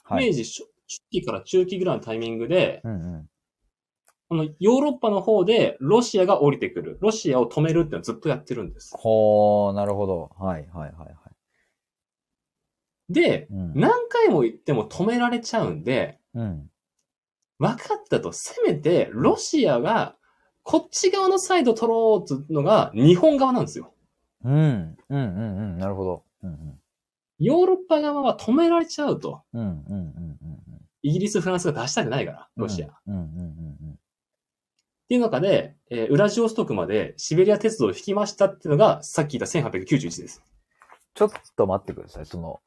Speaker 1: はい。
Speaker 2: 明治初初期から中期ぐらいのタイミングで、
Speaker 1: うんうん。
Speaker 2: あの、ヨーロッパの方でロシアが降りてくる。ロシアを止めるってのはずっとやってるんです。
Speaker 1: ほー、なるほど。はいはいはいはい。
Speaker 2: で、
Speaker 1: うん。
Speaker 2: 何回も言っても止められちゃうんで、
Speaker 1: うん。
Speaker 2: 分かったと、せめてロシアがこっち側のサイド取ろうっていうのが日本側なんですよ。
Speaker 1: うん。うんうんうん。なるほど。うんうん。
Speaker 2: ヨーロッパ側は止められちゃうと。
Speaker 1: うんうんうんうんうん。
Speaker 2: イギリス、フランスが出したくないから、ロシア。っ
Speaker 1: うんうんうん
Speaker 2: ていう中で、えーウラジオストクまでシベリア鉄道を引きましたっていうのが、さっき言った1891です。
Speaker 1: ちょっと待ってください。その、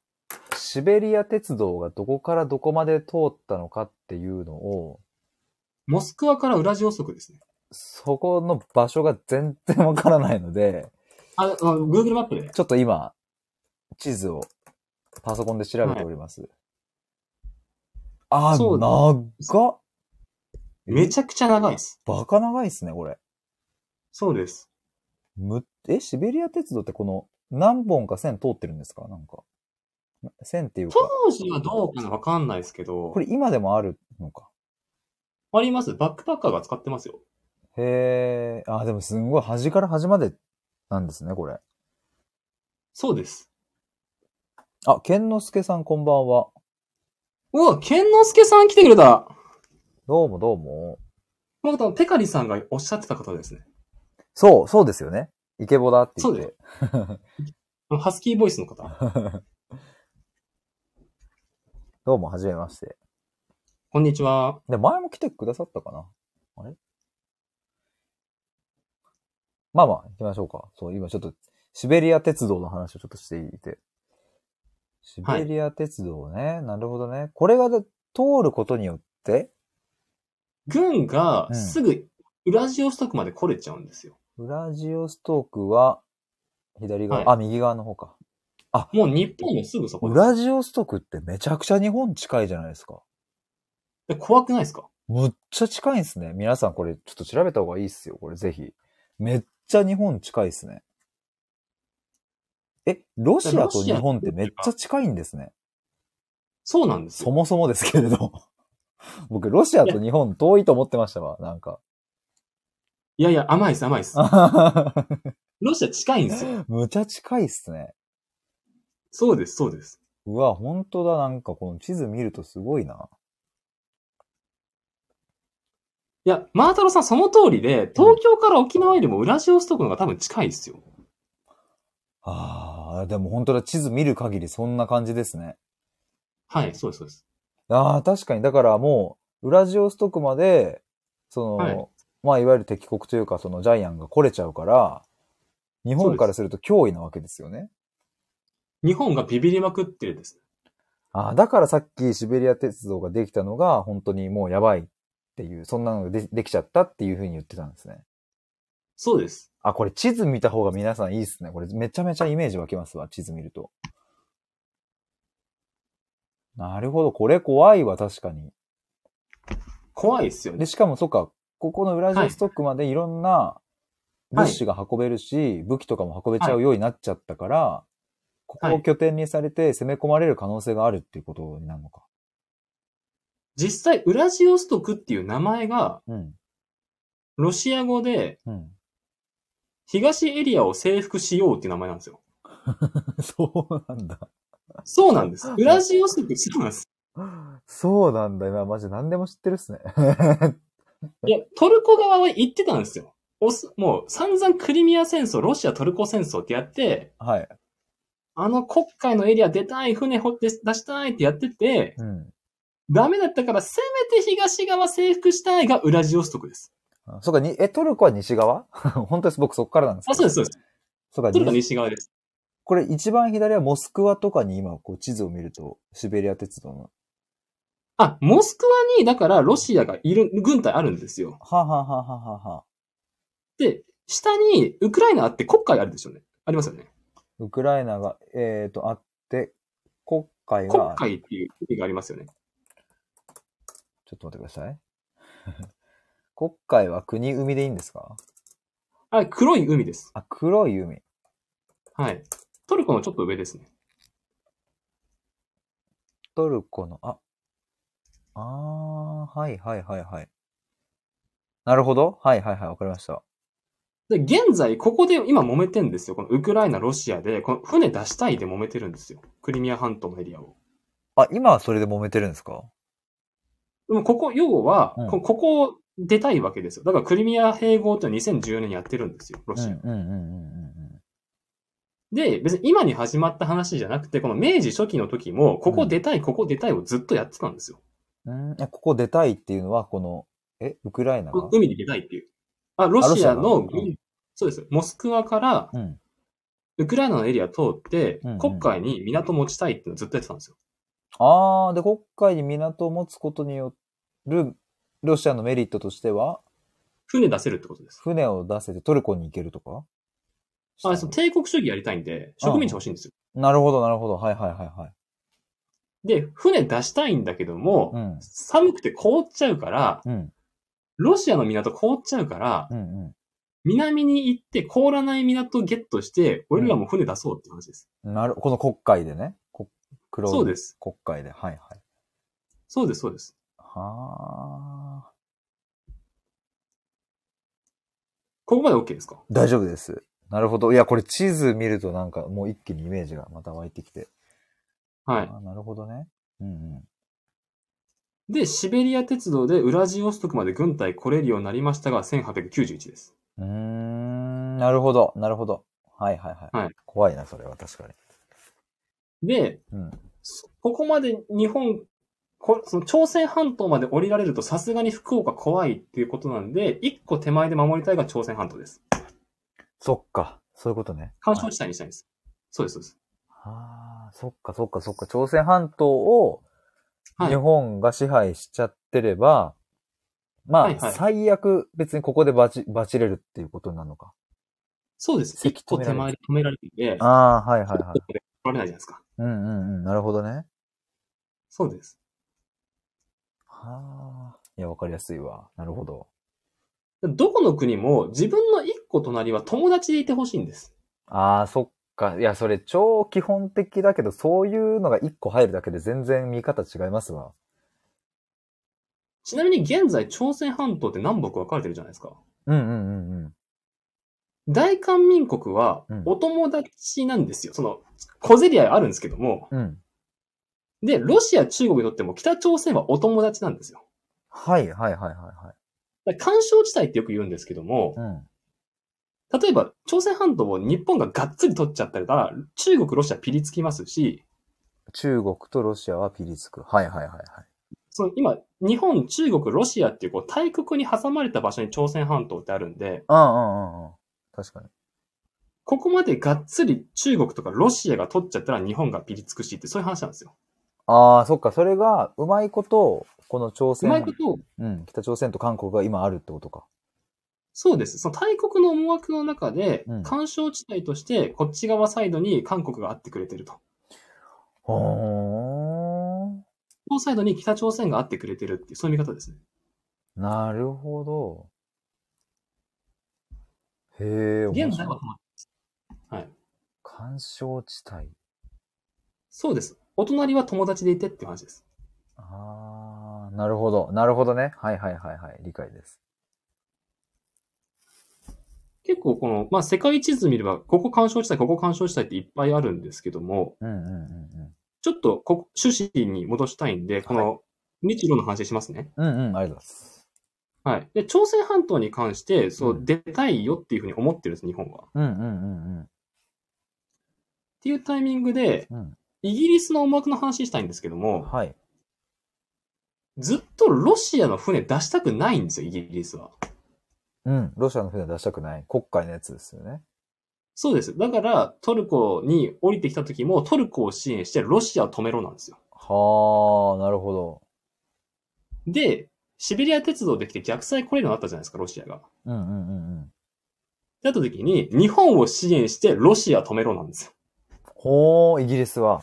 Speaker 1: シベリア鉄道がどこからどこまで通ったのかっていうのを、
Speaker 2: モスクワからウラジオストクですね。
Speaker 1: そこの場所が全然わからないので、
Speaker 2: あ、あの Google マップで。
Speaker 1: ちょっと今、地図をパソコンで調べております。あ
Speaker 2: そう
Speaker 1: ー、長っ
Speaker 2: めちゃくちゃ長いです。
Speaker 1: バカ長いっすね、これ。
Speaker 2: そうです。
Speaker 1: む、え、シベリア鉄道ってこの、何本か線通ってるんですかなんか。線っていうか。
Speaker 2: 当時はどうかなわかんないですけど、
Speaker 1: これ今でもあるのか。
Speaker 2: あります。バックパッカーが使ってますよ。
Speaker 1: へえ、あ、でもすんごい端から端までなんですね、これ。
Speaker 2: そうです。
Speaker 1: あ、健之介さんこんばんは。
Speaker 2: うわ、健之介さん来てくれた。
Speaker 1: どうもどうも。
Speaker 2: この方、ペカリさんがおっしゃってた方ですね。
Speaker 1: そう、そうですよね。イケボだって言って。
Speaker 2: あのハスキーボイスの *laughs* 方。
Speaker 1: どうも、はじめまして。
Speaker 2: こんにちは。
Speaker 1: で、前も来てくださったかなあれまあまあ、行きましょうか。そう、今ちょっと、シベリア鉄道の話をちょっとしていて。シベリア鉄道ね、なるほどね。これがだ通ることによって、
Speaker 2: 軍が
Speaker 1: うん
Speaker 2: すぐウラジオストクまで来れちゃうんですよ。
Speaker 1: ウラジオストークは、左側、
Speaker 2: はい
Speaker 1: あ、右側の方か。
Speaker 2: もう日本もすぐそこ
Speaker 1: ウ
Speaker 2: です
Speaker 1: ラジオストークってめちゃくちゃ日本近いじゃないですか。
Speaker 2: で。怖くないですか
Speaker 1: むっちゃ近いんですね。皆さんこれちょっと調べた方がいいっすよ。これぜひ。めっちゃ日本近いっすね。え、ロシアと日本ってめっちゃ近いんですね。
Speaker 2: そうなんです
Speaker 1: そ
Speaker 2: よ。
Speaker 1: もそもですけれど。 *laughs* 僕、ロシアと日本遠いと思ってましたわ、なんか。 *laughs*
Speaker 2: いやいや、甘いです、甘いです。ロシア近いんですよ。
Speaker 1: むちゃ近いっすね。
Speaker 2: そうです、そうです。
Speaker 1: うわ、本当だ、なんかこの地図見るとすごいな。
Speaker 2: いや、マータロさんその通りで、東京から沖縄よりもウラジオストクの方が多分近いですよ。
Speaker 1: ああ、でも本当だ、地図見る限りそんな感じですね。
Speaker 2: はい、そうです、そうです。
Speaker 1: ああ、確かに。だからもう、ウラジオストクまで、その、
Speaker 2: はい
Speaker 1: まあ、いわゆる敵国というか、そのジャイアンが来れちゃうから、日本からすると脅威なわけですよね。
Speaker 2: 日本がビビりまくってるです。
Speaker 1: ああ、だからさっきシベリア鉄道ができたのが、本当にもうやばいっていう、そんなのがでできちゃったっていうふうに言ってたんですね。
Speaker 2: そうです。
Speaker 1: あ、これ地図見た方が皆さんいいっすね。これめちゃめちゃイメージ湧きますわ、地図見ると。なるほど、これ怖いわ、確かに。
Speaker 2: 怖いですよ
Speaker 1: で、
Speaker 2: ね。
Speaker 1: しかもそっか、ここのウラジオストクまでいろんな物資が運べるし、武器とかも運べちゃうようになっちゃったから、ここを拠点にされて攻め込まれる可能性があるっていうことになるのか。
Speaker 2: 実際、ウラジオストクっていう名前が、
Speaker 1: うん。
Speaker 2: ロシア語で、
Speaker 1: うん。 *laughs*
Speaker 2: 東エリアを征服しようっていう名前なんですよ。
Speaker 1: そうなんだ。
Speaker 2: そうなんです。ウラジオストク、そうなんです。
Speaker 1: そうなんだ。今、マジ何でも知ってるっすね。
Speaker 2: いや、トルコ側は言ってたんですよ。おすもう散々クリミア戦争、ロシアトルコ戦争ってやって、
Speaker 1: *laughs* はい。
Speaker 2: あの国海のエリア出たい、船掘って出したいってやってて、
Speaker 1: うん。
Speaker 2: ダメだったからせめて東側征服したいがウラジオストクです。
Speaker 1: あそっか、に、え、トルコは西側 *laughs* 本当です。僕そっからなんですけ
Speaker 2: あ、
Speaker 1: ど
Speaker 2: そうです、そうです。
Speaker 1: そっか、
Speaker 2: トルコ
Speaker 1: に
Speaker 2: 西側です。
Speaker 1: これ一番左はモスクワとかに今、こう地図を見ると、シベリア鉄道の。
Speaker 2: あ、モスクワに、だからロシアがいる、軍隊あるんですよ。
Speaker 1: はあはあはあはあはあはあ。
Speaker 2: で、下にウクライナあって国会あるでしょうね。ありますよね。
Speaker 1: ウクライナが、えっ、と、あって、国会
Speaker 2: 国
Speaker 1: が、ちょ
Speaker 2: 会っていう意味がありますよね。
Speaker 1: っと待ってください。 *laughs* 国会は国海でいいんですか
Speaker 2: あ、黒い海です。
Speaker 1: あ、黒い海。
Speaker 2: はい。トルコのちょっと上ですね。
Speaker 1: トルコの、あ、あー、はいはいはいはい。なるほど。はいはいはい、わかりました。
Speaker 2: で、現在、ここで今揉めてんですよ。このウクライナ、ロシアで、この船出したいで揉めてるんですよ。クリミア半島のエリアを。
Speaker 1: あ、今はそれで揉めてるんですか
Speaker 2: でもここ、要は、
Speaker 1: うん
Speaker 2: こここを出たいわけですよ。だからクリミア併合っていうのは2014年にやってるんですよ、ロ
Speaker 1: うん
Speaker 2: シア。
Speaker 1: うんうんうんうん
Speaker 2: で、別に今に始まった話じゃなくて、この明治初期の時も、ここ出たい、ここ出たいをずっとやってたんですよ。
Speaker 1: うん。うん、えここ出たいっていうのは、この、え、ウクライナが
Speaker 2: 海に出たいっていう。あ、ロシア
Speaker 1: ロ
Speaker 2: の
Speaker 1: シアのう
Speaker 2: 軍、そうです。モスクワから
Speaker 1: うん。
Speaker 2: ウクライナのエリア通って
Speaker 1: うんうん、
Speaker 2: 国海に港持ちたいっていうのをずっとやってたんですよ。
Speaker 1: あー、で、国会に港を持つことによる、ロシアのメリットとしては、
Speaker 2: 船出せるってことです。
Speaker 1: 船を出せてトルコに行けるとか
Speaker 2: あ、そう、帝国主義やりたいんで、植民地欲しいんですよ。
Speaker 1: なるほど、なるほど。はいはいはいはい。
Speaker 2: で、船出したいんだけども、
Speaker 1: うん。
Speaker 2: 寒くて凍っちゃうから、
Speaker 1: うん。
Speaker 2: ロシアの港凍っちゃうから、
Speaker 1: うんうん。
Speaker 2: 南に行って凍らない港をゲットして、俺らも船出そうって話です。
Speaker 1: なる、この国会でね。こ黒い
Speaker 2: そうです。
Speaker 1: 国会で。はいはい。
Speaker 2: そうです、そうです。
Speaker 1: はあ。
Speaker 2: ここまで OK ですか
Speaker 1: 大丈夫です。なるほど。いや、これ地図見るとなんかもう一気にイメージがまた湧いてきて。
Speaker 2: はい。
Speaker 1: あなるほどね。うんうん。
Speaker 2: で、シベリア鉄道でウラジオストクまで軍隊来れるようになりましたが、1891です。
Speaker 1: うーん、なるほど、なるほど。はいはいはい。
Speaker 2: はい
Speaker 1: 怖いな、それは確かに。
Speaker 2: で、
Speaker 1: うん。
Speaker 2: そここまで日本、こその朝鮮半島まで降りられるとさすがに福岡怖いっていうことなんで、一個手前で守りたいが朝鮮半島です。
Speaker 1: そっか。そういうことね。
Speaker 2: 干渉地帯にしたいんです。そうです、そうです。
Speaker 1: ああ、そっかそっかそっか。朝鮮半島を
Speaker 2: はい
Speaker 1: 日本が支配しちゃってれば、まあ、
Speaker 2: はいはい
Speaker 1: 最悪別にここでバチ、バチれるっていうことになるのか。
Speaker 2: そうです。
Speaker 1: 席
Speaker 2: 一個
Speaker 1: 止められ
Speaker 2: 手
Speaker 1: る
Speaker 2: 前で止められてい
Speaker 1: あ
Speaker 2: て、取
Speaker 1: あ、はいはいはい。 *laughs*
Speaker 2: られないじゃないですか。
Speaker 1: うんうんうん。なるほどね。
Speaker 2: そうです。
Speaker 1: はあ。いや、わかりやすいわ。なるほど。
Speaker 2: どこの国も自分の一個隣は友達でいてほしいんです。
Speaker 1: ああ、そっか。いや、それ超基本的だけど、そういうのが一個入るだけで全然見方違いますわ。
Speaker 2: ちなみに現在、朝鮮半島って南北分かれてるじゃないですか。
Speaker 1: うんうんうんうん。
Speaker 2: 大韓民国は
Speaker 1: うん、
Speaker 2: お友達なんですよ。その、小競り合いあるんですけども。
Speaker 1: うん。
Speaker 2: で、ロシア、中国にとっても北朝鮮はお友達なんですよ。
Speaker 1: はいはいはいはいはい。
Speaker 2: だから干渉地帯ってよく言うんですけども
Speaker 1: う、ん。
Speaker 2: 例えば、朝鮮半島を日本ががっつり取っちゃったら、中国、ロシアピリつきますし、
Speaker 1: 中国とロシアはピリつく。はいはいはいはい。
Speaker 2: その今、日本、中国、ロシアっていうこう大国に挟まれた場所に朝鮮半島ってあるんで、
Speaker 1: うんうんうんうん。確かに。
Speaker 2: ここまでがっつり中国とかロシアが取っちゃったら日本がピリつくしってそういう話なんですよ。
Speaker 1: ああ、そっか。それが、うまいこと、この朝
Speaker 2: う
Speaker 1: 鮮、
Speaker 2: まいこと、
Speaker 1: うん、北朝鮮と韓国が今あるってことか。
Speaker 2: そうです。その大国の思惑の中で
Speaker 1: うん、
Speaker 2: 干渉地帯としてこっち側サイドに韓国があってくれてると。
Speaker 1: ほーん。
Speaker 2: このサイドに北朝鮮があってくれてるっていう、そういう見方ですね。
Speaker 1: なるほど。へえ、面
Speaker 2: 現在
Speaker 1: 白い
Speaker 2: は。、はい。
Speaker 1: 干渉地帯。
Speaker 2: そうです。お隣は友達でいてっていう話です。
Speaker 1: ああ、なるほど。なるほどね。はいはいはいはい。理解です。
Speaker 2: 結構この、まあ、世界地図見れば、ここ干渉地帯、ここ干渉地帯っていっぱいあるんですけども、
Speaker 1: うんうんうん
Speaker 2: ちょっとここ、趣旨に戻したいんで、この、日露の話しますね。
Speaker 1: うん。うんうん、ありがとうございます。
Speaker 2: はい。で、朝鮮半島に関して、そうう、
Speaker 1: ん
Speaker 2: 出たいよっていうふうに思ってるんです、日本は。っ
Speaker 1: うんうんうん
Speaker 2: ていうタイミングで、
Speaker 1: うん。
Speaker 2: イギリスの思惑の話したいんですけど
Speaker 1: うん。
Speaker 2: も、
Speaker 1: はい。
Speaker 2: ずっとロシアの船出したくないんですよ、イギリスは。
Speaker 1: うん。ロシアの船出したくない。国会のやつですよね。
Speaker 2: そうです。だから、トルコに降りてきた時も、トルコを支援してロシアを止めろなんですよ。
Speaker 1: はあ、なるほど。
Speaker 2: で、シベリア鉄道できて逆再来れるようになったじゃないですか、ロシアが。
Speaker 1: うんうんうんうん。
Speaker 2: だった時に、日本を支援してロシア止めろなんですよ。
Speaker 1: ほー、イギリスは。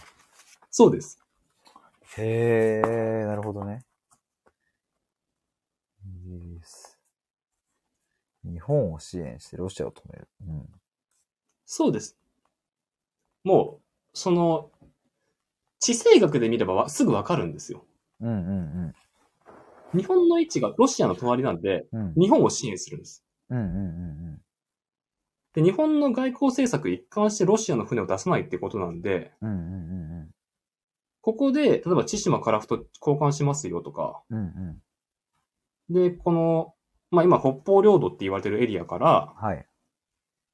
Speaker 2: そうです。
Speaker 1: へえ、なるほどね。イギリス。日本を支援してロシアを止める。うん。
Speaker 2: そうです。もう、その、地政学で見ればわすぐわかるんですよ。
Speaker 1: うんうん
Speaker 2: 日本の位置がロシアの隣なんで、
Speaker 1: うん。うん。
Speaker 2: 日本を支援するんです。
Speaker 1: うんうんうん
Speaker 2: で、日本の外交政策一貫してロシアの船を出さないってことなんで、
Speaker 1: うん。うんうん
Speaker 2: ここで、例えば千島カラフと交換しますよとか、
Speaker 1: うんうん。うんうん。
Speaker 2: で、この、まあ、今、北方領土って言われてるエリアから、
Speaker 1: はい。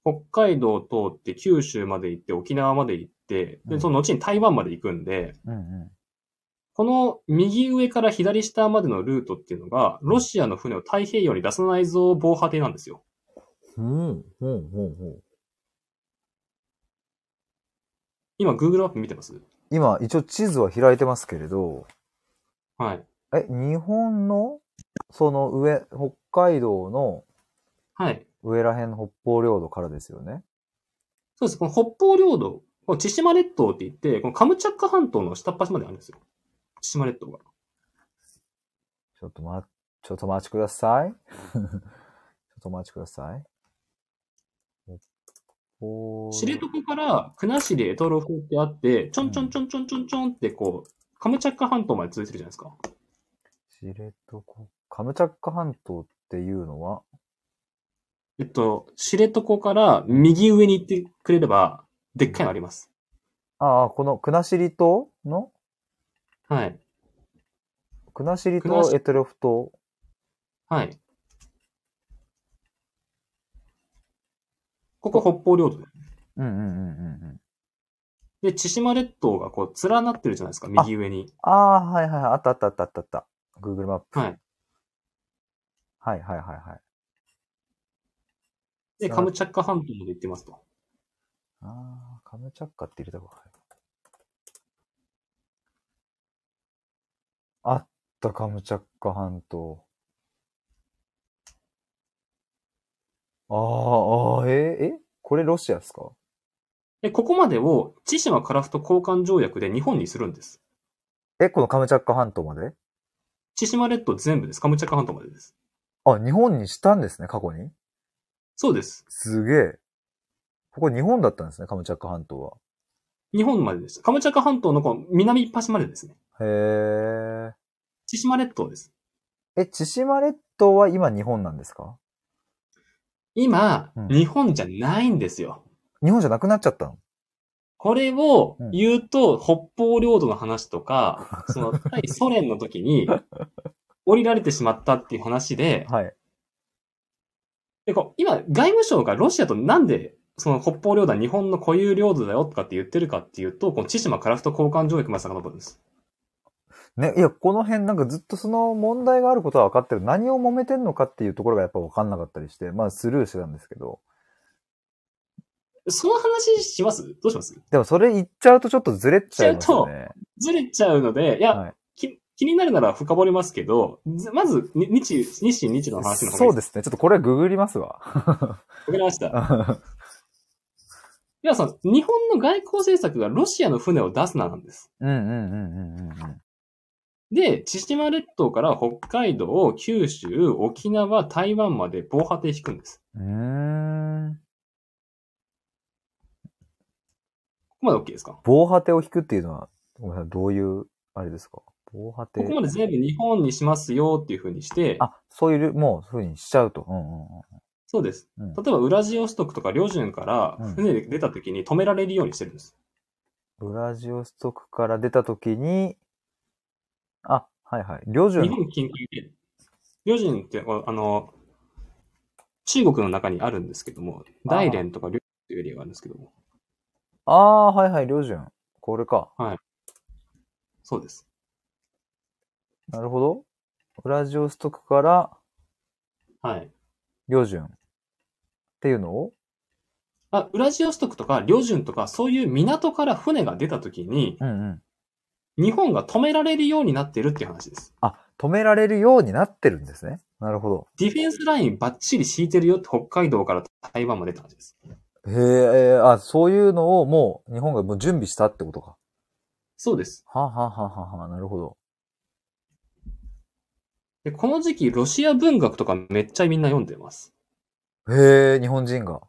Speaker 2: 北海道を通って九州まで行って、沖縄まで行って、
Speaker 1: うん
Speaker 2: で、その後に台湾まで行くんで、
Speaker 1: うんうん。
Speaker 2: この右上から左下までのルートっていうのが、ロシアの船を太平洋に出さないぞ防波堤なんですよ。
Speaker 1: ほうほうほうほう。
Speaker 2: 今、Google アップ見てます
Speaker 1: 今、一応地図は開いてますけれど、
Speaker 2: はい。
Speaker 1: え、日本の、その上、北海道の
Speaker 2: はい。
Speaker 1: 上ら辺の北方領土からですよね。
Speaker 2: そうです。この北方領土、この千島列島って言って、このカムチャッカ半島の下っ端まであるんですよ。千島列島が。
Speaker 1: ちょっとま、ちょっとお待ちください。 *laughs* ちょっとお待ちください。お
Speaker 2: 知床から国後択捉島ってあって、ちょんちょんちょんちょんちょんちょんってこう、カムチャッカ半島まで続いてるじゃないですか。
Speaker 1: 知床。カムチャッカ半島っていうのは、
Speaker 2: えっと、知床から右上に行ってくれれば、でっかいのあります。
Speaker 1: ああ、この国後島の
Speaker 2: はい。
Speaker 1: 国後
Speaker 2: 国
Speaker 1: 島、
Speaker 2: 後
Speaker 1: エトリョフ島。
Speaker 2: はい。ここ北方領土で。
Speaker 1: うんうんうんうんうん。
Speaker 2: で、千島列島がこう、連なってるじゃないですか、右上に。
Speaker 1: ああ、はいはいはい。あったあったあったあったあった。Google マップ。
Speaker 2: はい。
Speaker 1: はいはいはいはい。
Speaker 2: で、カムチャッカ半島まで行ってますと。
Speaker 1: ああ、カムチャッカって入れた方が早い。あった、カムチャッカ半島。あーあー、えーえこれロシアですか
Speaker 2: で、ここまでを千島カラフト交換条約で日本にするんです。
Speaker 1: え、このカムチャッカ半島まで
Speaker 2: 千島列島全部です。カムチャッカ半島までです。
Speaker 1: あ、日本にしたんですね、過去に。
Speaker 2: そうです。
Speaker 1: すげえ。ここ日本だったんですね、カムチャッカ半島は。
Speaker 2: 日本まででした。カムチャッカ半島のこの南っ端までですね。
Speaker 1: へ
Speaker 2: 千島列島です。
Speaker 1: え、千島列島は今日本なんですか
Speaker 2: 今、
Speaker 1: うん
Speaker 2: 日本じゃないんですよ。
Speaker 1: 日本じゃなくなっちゃったの
Speaker 2: これを
Speaker 1: うん
Speaker 2: 言うと、北方領土の話
Speaker 1: *laughs*
Speaker 2: とか、その、対ソ連の時に、降りられてしまったっていう話で、
Speaker 1: はい。
Speaker 2: でこう今、外務省がロシアとなんで、その北方領土は日本の固有領土だよとかって言ってるかっていうと、この千島カラフト交換条約まで遡るんです。
Speaker 1: ね、いや、この辺なんかずっとその問題があることは分かってる。何を揉めてんのかっていうところがやっぱ分かんなかったりして、まあスルーしてたんですけど。
Speaker 2: その話しますどうします
Speaker 1: でもそれ言っちゃうとちょっとずれちゃいますよね。
Speaker 2: ずれちゃうので、いや、
Speaker 1: はい
Speaker 2: き気になるなら深掘りますけど、ずまず、に日、日清日の話の方がい
Speaker 1: そ
Speaker 2: いう
Speaker 1: ですね。ちょっとこれはググりますわ。
Speaker 2: わかりました。
Speaker 1: *laughs*
Speaker 2: いや、その、日本の外交政策がロシアの船を出すななんです。
Speaker 1: うんうんうんうんうんうん。
Speaker 2: で、千島列島から北海道、九州、沖縄、台湾まで防波堤引くんです。
Speaker 1: うーん。
Speaker 2: ここまで OK ですか
Speaker 1: 防波堤を引くっていうのは、ごめんなさい、どういう、あれですか防波堤。
Speaker 2: ここまで全部日本にしますよっていう風にして、
Speaker 1: あ、そういうル、もう、そういうふうにしちゃうと。うんうんうん
Speaker 2: そうです。
Speaker 1: うん
Speaker 2: 例えば、ウラジオストクとか旅順から船で出た時に止められるようにしてるんです。
Speaker 1: ウラジオストクから出たときに、あ、はいはい。旅
Speaker 2: 日
Speaker 1: 順。
Speaker 2: 本近海で、旅順って、あの、中国の中にあるんですけども、
Speaker 1: あー
Speaker 2: 大連とか旅順っていうエリアがあるんですけども、
Speaker 1: ああ、はいはい、旅順。これか。
Speaker 2: そうです。
Speaker 1: なるほど。ウラジオストクから
Speaker 2: はい。
Speaker 1: 旅順。っていうのを
Speaker 2: あ、ウラジオストクとか旅順とかそういう港から船が出た時に、
Speaker 1: うんうん。
Speaker 2: 日本が止められるようになってるっていう話です。
Speaker 1: あ、止められるようになってるんですね。なるほど。
Speaker 2: ディフェンスラインバッチリ敷いてるよって北海道から台湾までって話です。
Speaker 1: へええー、あ、そういうのをもう日本がもう準備したってことか。
Speaker 2: そうです。
Speaker 1: はあ、はあはあはあはあ、なるほど。
Speaker 2: で、この時期、ロシア文学とかめっちゃみんな読んでます。
Speaker 1: へえ、日本人が。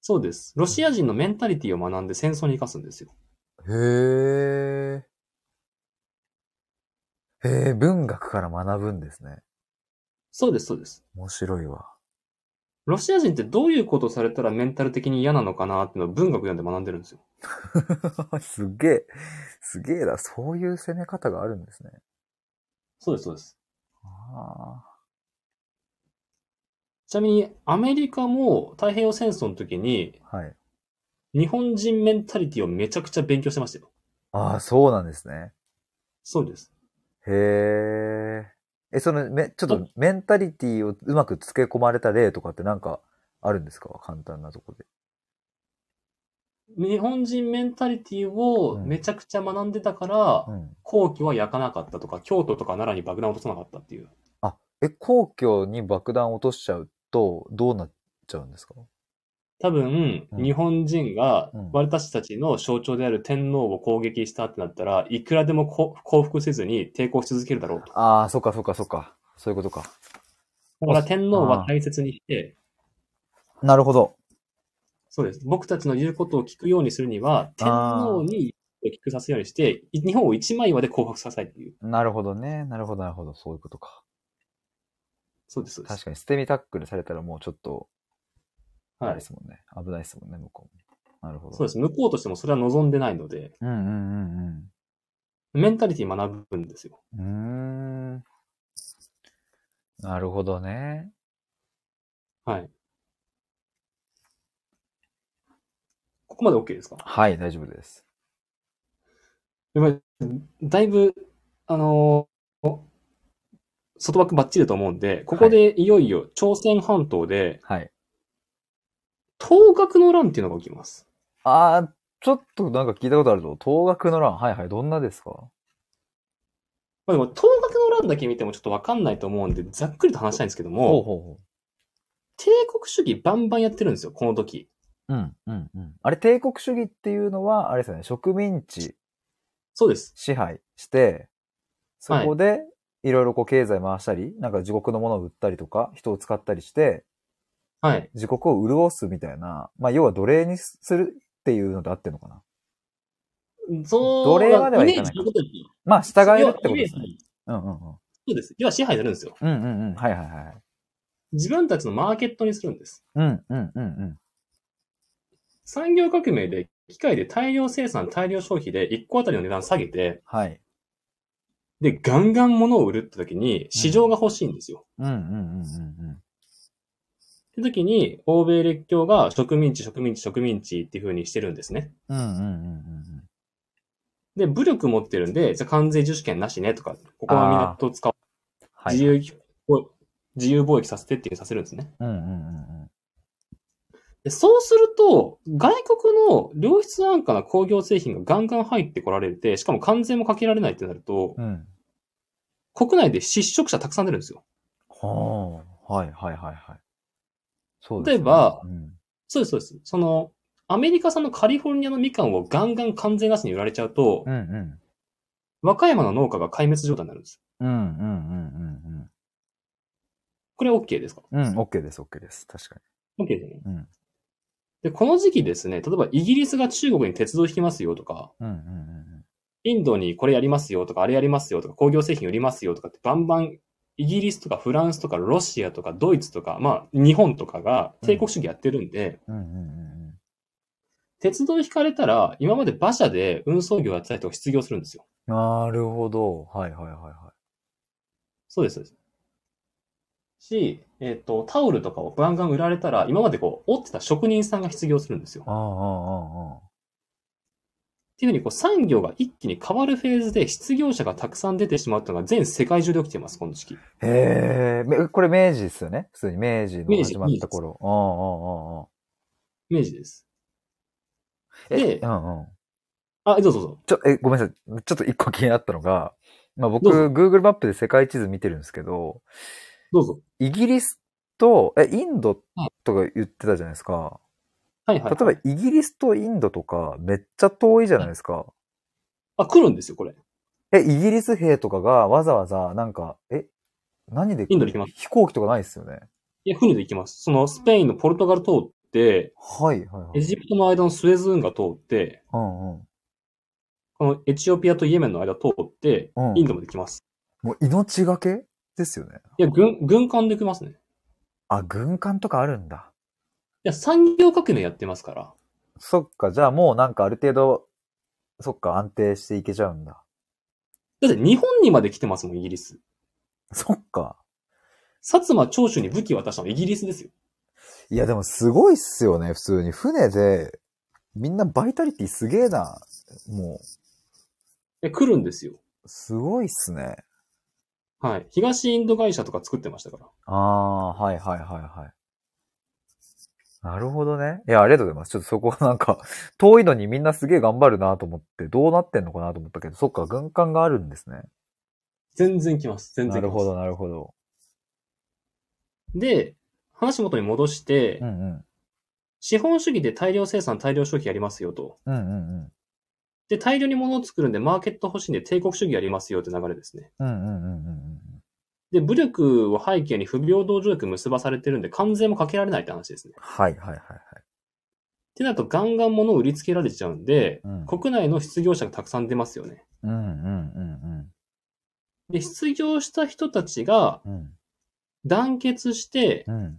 Speaker 2: そうです。ロシア人のメンタリティを学んで戦争に生かすんですよ。
Speaker 1: へえ。へえ、文学から学ぶんですね。
Speaker 2: そうです、そうです。
Speaker 1: 面白いわ。 *laughs*
Speaker 2: ロシア人ってどういうことをされたらメンタル的に嫌なのかなっていうのを文学読んで学んでるんですよ。
Speaker 1: すげえ。すげえだ。そういう攻め方があるんですね。
Speaker 2: そうです、そうです。
Speaker 1: ああ。
Speaker 2: ちなみに、アメリカも太平洋戦争の時に、
Speaker 1: はい。
Speaker 2: 日本人メンタリティをめちゃくちゃ勉強してましたよ。
Speaker 1: ああ、そうなんですね。
Speaker 2: そうです。
Speaker 1: へえ。え、その、め、ちょっとメンタリティをうまくつけ込まれた例とかってなんかあるんですか簡単なとこで。
Speaker 2: 日本人メンタリティをめちゃくちゃ学んでたから、
Speaker 1: うん。
Speaker 2: 皇居は焼かなかったとか、京都とか奈良に爆弾を落とさなかったっていう。
Speaker 1: え、皇居に爆弾落としちゃうとどうなっちゃうんですか
Speaker 2: 多分、
Speaker 1: うん
Speaker 2: 日本人が
Speaker 1: うん
Speaker 2: 私たちの象徴である天皇を攻撃したってなったら、いくらでもこ降伏せずに抵抗し続けるだろうと。
Speaker 1: ああ、そっかそっかそっか。そういうことか。
Speaker 2: だから天皇は大切にして、
Speaker 1: なるほど。
Speaker 2: そうです。僕たちの言うことを聞くようにするには、天皇に聞くさせるようにして、い日本を一枚岩で降伏させたいっていう。
Speaker 1: なるほどね。なるほど、なるほど。そういうことか。
Speaker 2: そうです、そうです
Speaker 1: 確。かに、捨て身タックルされたらもうちょっと、あ
Speaker 2: は
Speaker 1: れ
Speaker 2: い
Speaker 1: で。すもんね。危ないですもんね、向こうも。なるほど。
Speaker 2: そうです。向こうとしてもそれは望んでないので、
Speaker 1: うんうんうん
Speaker 2: メンタリティ学ぶんですよ。
Speaker 1: うん。うーん。なるほどね。
Speaker 2: はい。ここまで OK ですか
Speaker 1: はい、大丈夫です。
Speaker 2: やばいだいぶ、あのー外枠バッチリだと思うんで、ここでいよいよ朝鮮半島で、
Speaker 1: はい。
Speaker 2: 東学の乱っていうのが起きます。
Speaker 1: あー、ちょっとなんか聞いたことあるぞ。東学の乱。はいはい。どんなですか
Speaker 2: まあ、でも、東学の乱だけ見てもちょっとわかんないと思うんで、ざっくりと話したいんですけど
Speaker 1: ほう
Speaker 2: も、
Speaker 1: ほうほ
Speaker 2: 帝国主義バンバンやってるんですよ、この時。
Speaker 1: う。うんうんうん。あれ、帝国主義っていうのは、あれですよね、植民地
Speaker 2: そうです。
Speaker 1: 支配して、そこで、いろいろこう経済回したり、なんか自国のものを売ったりとか、人を使ったりして、
Speaker 2: はい。
Speaker 1: 自国を潤すみたいな、まあ要は奴隷にするっていうので合ってるのかな。
Speaker 2: そう、
Speaker 1: 奴隷まではいかない
Speaker 2: イメージそううことですよ
Speaker 1: まあ従えるってことですね。うんうんうん。
Speaker 2: そうです。要は支配するんですよ。
Speaker 1: うんうんうん。はいはいはい。
Speaker 2: 自分たちのマーケットにするんです。
Speaker 1: うんうんうんうん。
Speaker 2: 産業革命で機械で大量生産、大量消費で1個あたりの値段下げて、
Speaker 1: はい。
Speaker 2: で、ガンガン物を売るって時に市場が欲しいんですよ。
Speaker 1: うんうんうんうん
Speaker 2: って時に、欧米列強が植民地、植民地、植民地っていう風にしてるんですね。
Speaker 1: うん。うんうんうんうん
Speaker 2: で、武力持ってるんで、じゃあ関税自主権なしねとか、ここは港を使おう。
Speaker 1: はい。
Speaker 2: 自由貿易、自由貿易させてっていう風にさせるんですね。
Speaker 1: うんうんうん
Speaker 2: でそうすると、外国の良質安価な工業製品がガンガン入ってこられて、しかも関税もかけられないってなると
Speaker 1: う、ん。うん。
Speaker 2: 国内で失職者たくさん出るんですよ。
Speaker 1: はあ。はいはいはいはい。そう
Speaker 2: 例えば
Speaker 1: うん。
Speaker 2: そうです、そうです。その、アメリカ産のカリフォルニアのみかんをガンガン関税なしに売られちゃうと
Speaker 1: う、んうん。
Speaker 2: 和歌山の農家が壊滅状態になるんです。
Speaker 1: うんうんうん
Speaker 2: これ OK ですか
Speaker 1: うんうん。うん、OK です OK です。確か
Speaker 2: ?OK ですよね。
Speaker 1: に。うん。
Speaker 2: で、この時期ですね、例えばイギリスが中国に鉄道引きますよとか、
Speaker 1: うんうんうん
Speaker 2: インドにこれやりますよとか、あれやりますよとか、工業製品売りますよとかってバンバン、イギリスとかフランスとかロシアとかドイツとか、まあ日本とかが帝国主義やってるんで、
Speaker 1: うん。うんうんうん
Speaker 2: 鉄道引かれたら今まで馬車で運送業やってた人が失業するんですよ。
Speaker 1: うん。なるほど。はいはいはいは
Speaker 2: そうです、そうです。し、えっ、と、タオルとかをガンガン売られたら、今までこう、折ってた職人さんが失業するんですよ。
Speaker 1: い。ああああああ。
Speaker 2: っていうふうに、こう、産業が一気に変わるフェーズで失業者がたくさん出てしまうというのが全世界中で起きています、この時期。
Speaker 1: へえ、めこれ明治ですよね普通に明治の
Speaker 2: 明治
Speaker 1: 始まった頃。あ
Speaker 2: 明治です。
Speaker 1: ああああああ。え、
Speaker 2: で
Speaker 1: うんうん。
Speaker 2: あ、どうぞどうぞ。
Speaker 1: ちょ、え、ごめんなさい。ちょっと一個気になったのが、まあ僕、
Speaker 2: どう
Speaker 1: Google マップで世界地図見てるんですけど、
Speaker 2: どうぞ。
Speaker 1: イギリスと、え、インドとか言ってたじゃないですか。
Speaker 2: はいはい。
Speaker 1: 例えば、イギリスとインドとか、めっちゃ遠いじゃないですか。
Speaker 2: あ、来るんですよ、これ。
Speaker 1: え、イギリス兵とかがわざわざ、なんか、え、何で
Speaker 2: インドに行きます。
Speaker 1: 飛行機とかないですよね。
Speaker 2: いや、船で行きます。その、スペインのポルトガル通って、
Speaker 1: はい、はい、は
Speaker 2: エ
Speaker 1: い。
Speaker 2: ジプトの間のスエズ運河通って、
Speaker 1: うんうん。
Speaker 2: このエチオピアとイエメンの間通って、
Speaker 1: うん
Speaker 2: インドまで行きます。
Speaker 1: もう命がけですよね。
Speaker 2: いや、軍、軍艦で行きますね。い
Speaker 1: あ、軍艦とかあるんだ。
Speaker 2: や、産業革命やってますから。
Speaker 1: そっか、じゃあもうなんかある程度、そっか、安定していけちゃうんだ。
Speaker 2: だって日本にまで来てますもん、イギリス。
Speaker 1: そっか。
Speaker 2: 薩摩長州に武器渡したのイギリスですよ。
Speaker 1: いや、でもすごいっすよね、普通に。船で、みんなバイタリティすげえな。も
Speaker 2: え、来るんですよ。
Speaker 1: う、すごいっすね。
Speaker 2: はい。東インド会社とか作ってましたから。
Speaker 1: あー、はいはいはいはい。なるほどね。いや、ありがとうございます。ちょっとそこがなんか、遠いのにみんなすげえ頑張るなと思って、どうなってんのかなと思ったけど、そっか、軍艦があるんですね。
Speaker 2: 全然来ます。全然来ます。
Speaker 1: なるほど、。なるほど。
Speaker 2: で、話元に戻して、
Speaker 1: うんうん。
Speaker 2: 資本主義で大量生産、大量消費やりますよと。
Speaker 1: うんうんうん。
Speaker 2: で、大量に物を作るんでマーケット欲しいんで帝国主義やりますよって流れですね。
Speaker 1: うんうんうんうんうん。
Speaker 2: で、武力を背景に不平等条約結ばされてるんで関税もかけられないって話ですね。っ
Speaker 1: はいはいはいはい。
Speaker 2: てなるとガンガン物を売りつけられちゃうんで、
Speaker 1: うん
Speaker 2: 国内の失業者がたくさん出ますよね。
Speaker 1: うんうんうん
Speaker 2: で、失業した人たちが
Speaker 1: うん。うん
Speaker 2: 団結して、
Speaker 1: うん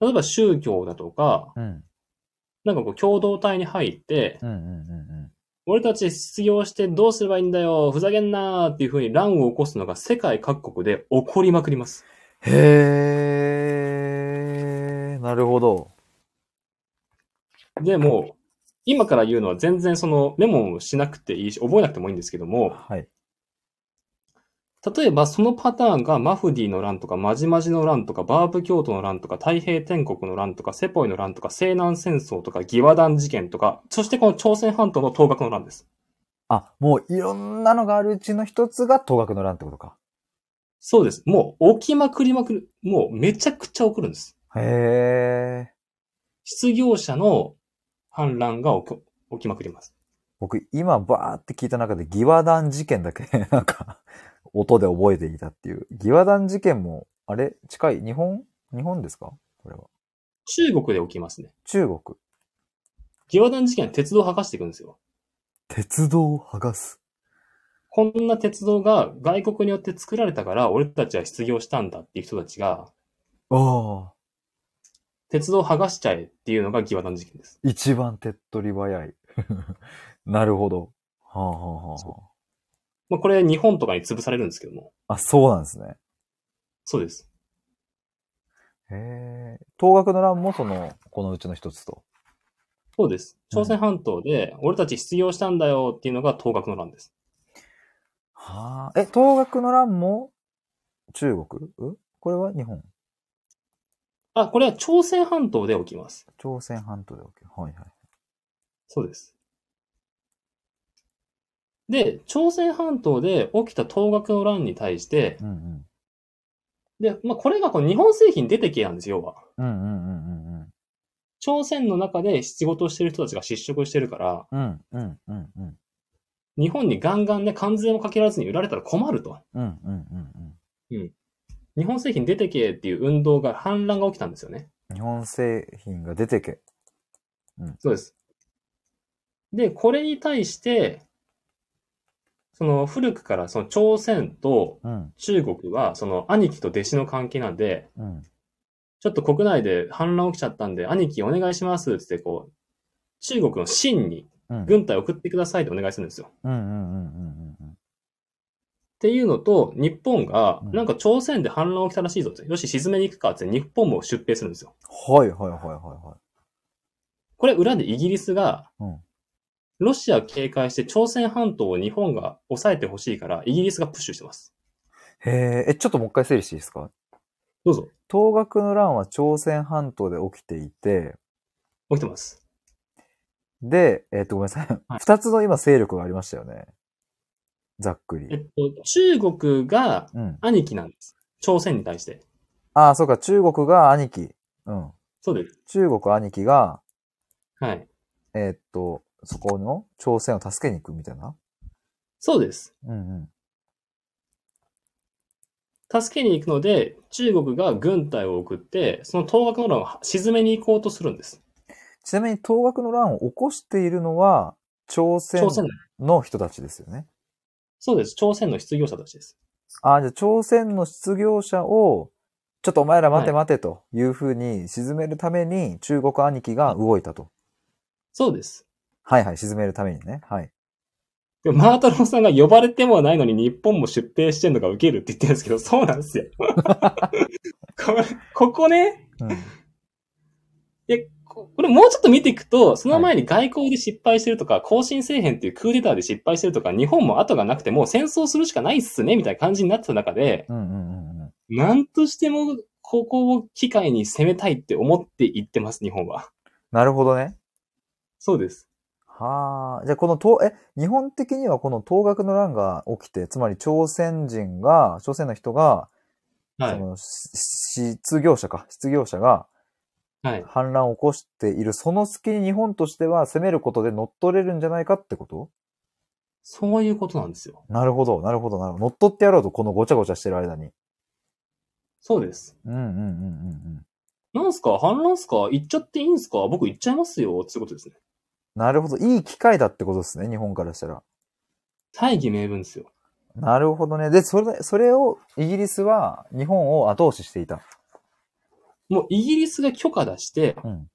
Speaker 2: 例えば宗教だとか、
Speaker 1: うん
Speaker 2: なんかこう共同体に入って、
Speaker 1: うんうん
Speaker 2: 俺たち失業してどうすればいいんだよ、ふざけんなーっていう風に乱を起こすのが世界各国で起こりまくります。
Speaker 1: うん。へー、なるほど。
Speaker 2: でも、今から言うのは全然そのメモをしなくていいし、覚えなくてもいいんですけども、
Speaker 1: はい。
Speaker 2: 例えばそのパターンがマフディの乱とかマジマジの乱とかバーブ教徒の乱とか太平天国の乱とかセポイの乱とか西南戦争とか義和団事件とか、そしてこの朝鮮半島の東学の乱です。
Speaker 1: あ、もういろんなのがあるうちの一つが東学の乱ってことか。
Speaker 2: そうです。もう起きまくりまくる。もうめちゃくちゃ起こるんです。
Speaker 1: へー。
Speaker 2: 失業者の反乱が起こ起きまくります。
Speaker 1: 僕今バーって聞いた中で義和団事件だけ *laughs* なんか音で覚えていたっていう。義和団事件も、あれ近い日本日本ですかこれは。
Speaker 2: 中国で起きますね。
Speaker 1: 中国。
Speaker 2: 義和団事件は鉄道を剥がしていくんですよ。
Speaker 1: 鉄道を剥がす。
Speaker 2: こんな鉄道が外国によって作られたから、俺たちは失業したんだっていう人たちが、
Speaker 1: ああ、
Speaker 2: 鉄道を剥がしちゃえっていうのが疑惑の事件です。
Speaker 1: 一番手っ取り早い。 *laughs* なるほど。はあはあはあは
Speaker 2: そまあ、これ日本とかに潰されるんですけども。
Speaker 1: あ。あ、そうなんですね。
Speaker 2: そうです。
Speaker 1: へえ。東学の乱もその、このうちの一つと。
Speaker 2: そうです。
Speaker 1: うん
Speaker 2: 朝鮮半島で、俺たち失業したんだよっていうのが東学の乱です。
Speaker 1: はあ。え、東学の乱も中国うこれは日本
Speaker 2: あ、これは朝鮮半島で起きます。
Speaker 1: 朝鮮半島で起きる。はいはい。
Speaker 2: そうです。で、朝鮮半島で起きた東学の乱に対して
Speaker 1: う、んうん。
Speaker 2: で、まあ、これがこの日本製品出てけなんですよ、要は。
Speaker 1: うんうんうんうんうん。
Speaker 2: 朝鮮の中で仕事をしてる人たちが失職してるから、
Speaker 1: うんうんうんうん。
Speaker 2: 日本にガンガンね、関税もかけられずに売られたら困ると。
Speaker 1: うんうんうん
Speaker 2: 日本製品出てけっていう運動が、反乱が起きたんですよね。
Speaker 1: うん。日本製品が出てけ。
Speaker 2: そうです。で、これに対して、その古くからその朝鮮と
Speaker 1: うん
Speaker 2: 中国はその兄貴と弟子の関係なんで、
Speaker 1: うん。
Speaker 2: ちょっと国内で反乱起きちゃったんで、兄貴お願いしますってってこう、中国の秦に
Speaker 1: うん。
Speaker 2: 軍隊送ってくださいってお願いするんですよ。
Speaker 1: うんうんうんうんうん
Speaker 2: っていうのと、日本が
Speaker 1: う、ん
Speaker 2: なんか朝鮮で反乱起きたらしいぞって、よし、沈めに行くかって、日本も出兵するんですよ。
Speaker 1: うん。はいはいはいはいは
Speaker 2: これ裏でイギリスが
Speaker 1: うん、
Speaker 2: ロシアを警戒して朝鮮半島を日本が抑えてほしいから、イギリスがプッシュしてます。
Speaker 1: い。へえ、え、ちょっともう一回整理していいですか
Speaker 2: どうぞ、
Speaker 1: 東学の乱は朝鮮半島で起きていて、
Speaker 2: 起きてます。
Speaker 1: で、えっ、と、ごめんなさい
Speaker 2: は。い
Speaker 1: 二つの今勢力がありましたよね。ざっく
Speaker 2: えっ
Speaker 1: り。
Speaker 2: と、中国が
Speaker 1: うん。
Speaker 2: 兄貴なんです。朝鮮に対して。
Speaker 1: ああ、そうか、中国が兄貴。うん。
Speaker 2: そうです。
Speaker 1: 中国兄貴が、
Speaker 2: はい。
Speaker 1: えっと、そこの朝鮮を助けに行くみたいな。
Speaker 2: そうです。
Speaker 1: うんうん。
Speaker 2: 助けに行くので、中国が軍隊を送って、その東学の乱を沈めに行こうとするんです。
Speaker 1: ちなみに東学の乱を起こしているのは、朝鮮
Speaker 2: 朝鮮、
Speaker 1: の人たちですよね。
Speaker 2: そうです。朝鮮の失業者たちです。
Speaker 1: ああ、じゃあ朝鮮の失業者を、ちょっとお前ら待て待てというふうに沈めるために中国兄貴が動いたと。
Speaker 2: そうです。
Speaker 1: はいはい、沈めるためにね。はい。
Speaker 2: でもマートローさんが呼ばれてもないのに日本も出兵してんのがウケるって言ってるんですけど、そうなん *laughs* ですよ。これ、ここね、
Speaker 1: うん。
Speaker 2: いやここれもうちょっと見ていくと、その前に外交で失敗してるとか、後進政変っていうクーデターで失敗してるとか、日本も後がなくてもう戦争するしかないっすね、みたいな感じになってた中で、
Speaker 1: うんうんうんうん。
Speaker 2: なんとしてもここを機会に攻めたいって思っていってます、日本は。
Speaker 1: なるほどね。
Speaker 2: そうです。
Speaker 1: はあ。じゃあこの東、え、日本的にはこの東学の乱が起きて、つまり朝鮮人が、朝鮮の人が、
Speaker 2: は
Speaker 1: そ
Speaker 2: い。
Speaker 1: のし失業者か、失業者が
Speaker 2: はい。
Speaker 1: 反乱を起こしている、その隙に日本としては攻めることで乗っ取れるんじゃないかってこと
Speaker 2: そういうことなんですよ。
Speaker 1: なるほど、なるほど、なるほど。乗っ取ってやろうと、このごちゃごちゃしてる間に。
Speaker 2: そうです。
Speaker 1: うんうんうんうんうん。
Speaker 2: なんすか反乱っすか行っちゃっていいんすか僕行っちゃいますよってことですね。
Speaker 1: なるほど。いい機会だってことですね、日本からしたら。
Speaker 2: 大義名分ですよ。
Speaker 1: なるほどね。で、それ、それを、イギリスは日本を後押ししていた。
Speaker 2: もうイギリスが許可出して、
Speaker 1: うん。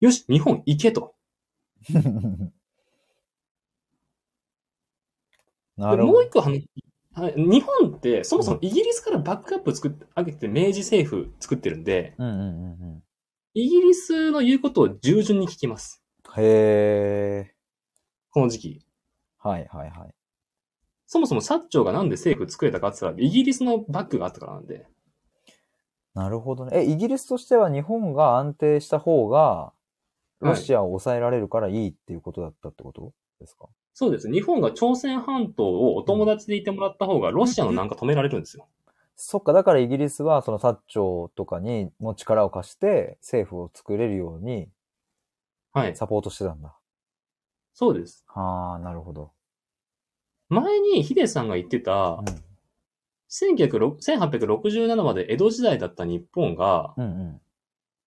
Speaker 2: よし、日本行けと。
Speaker 1: な *laughs*
Speaker 2: で
Speaker 1: るほ
Speaker 2: も
Speaker 1: ど。
Speaker 2: う一個話、はい日本ってそもそもイギリスからバックアップ作って、あげて明治政府作ってるんで、
Speaker 1: うんうんうん
Speaker 2: イギリスの言うことを従順に聞きます。
Speaker 1: うん。へえ。
Speaker 2: この時期。
Speaker 1: はいはいはい。
Speaker 2: そもそも薩長がなんで政府作れたかって言ったら、イギリスのバックがあったからなんで。
Speaker 1: なるほどね。え、イギリスとしては日本が安定した方が、ロシアを抑えられるからいいっていうことだったってことですか、
Speaker 2: そうです。日本が朝鮮半島をお友達でいてもらった方が、ロシアのなんか止められるんですよ。
Speaker 1: そっか、だからイギリスはその薩長とかにも力を貸して政府を作れるように
Speaker 2: はい。
Speaker 1: サポートしてたんだ。
Speaker 2: そうです。
Speaker 1: はあ、なるほど。
Speaker 2: 前にヒデさんが言ってた、1906 1867まで江戸時代だった日本が、
Speaker 1: うんうん。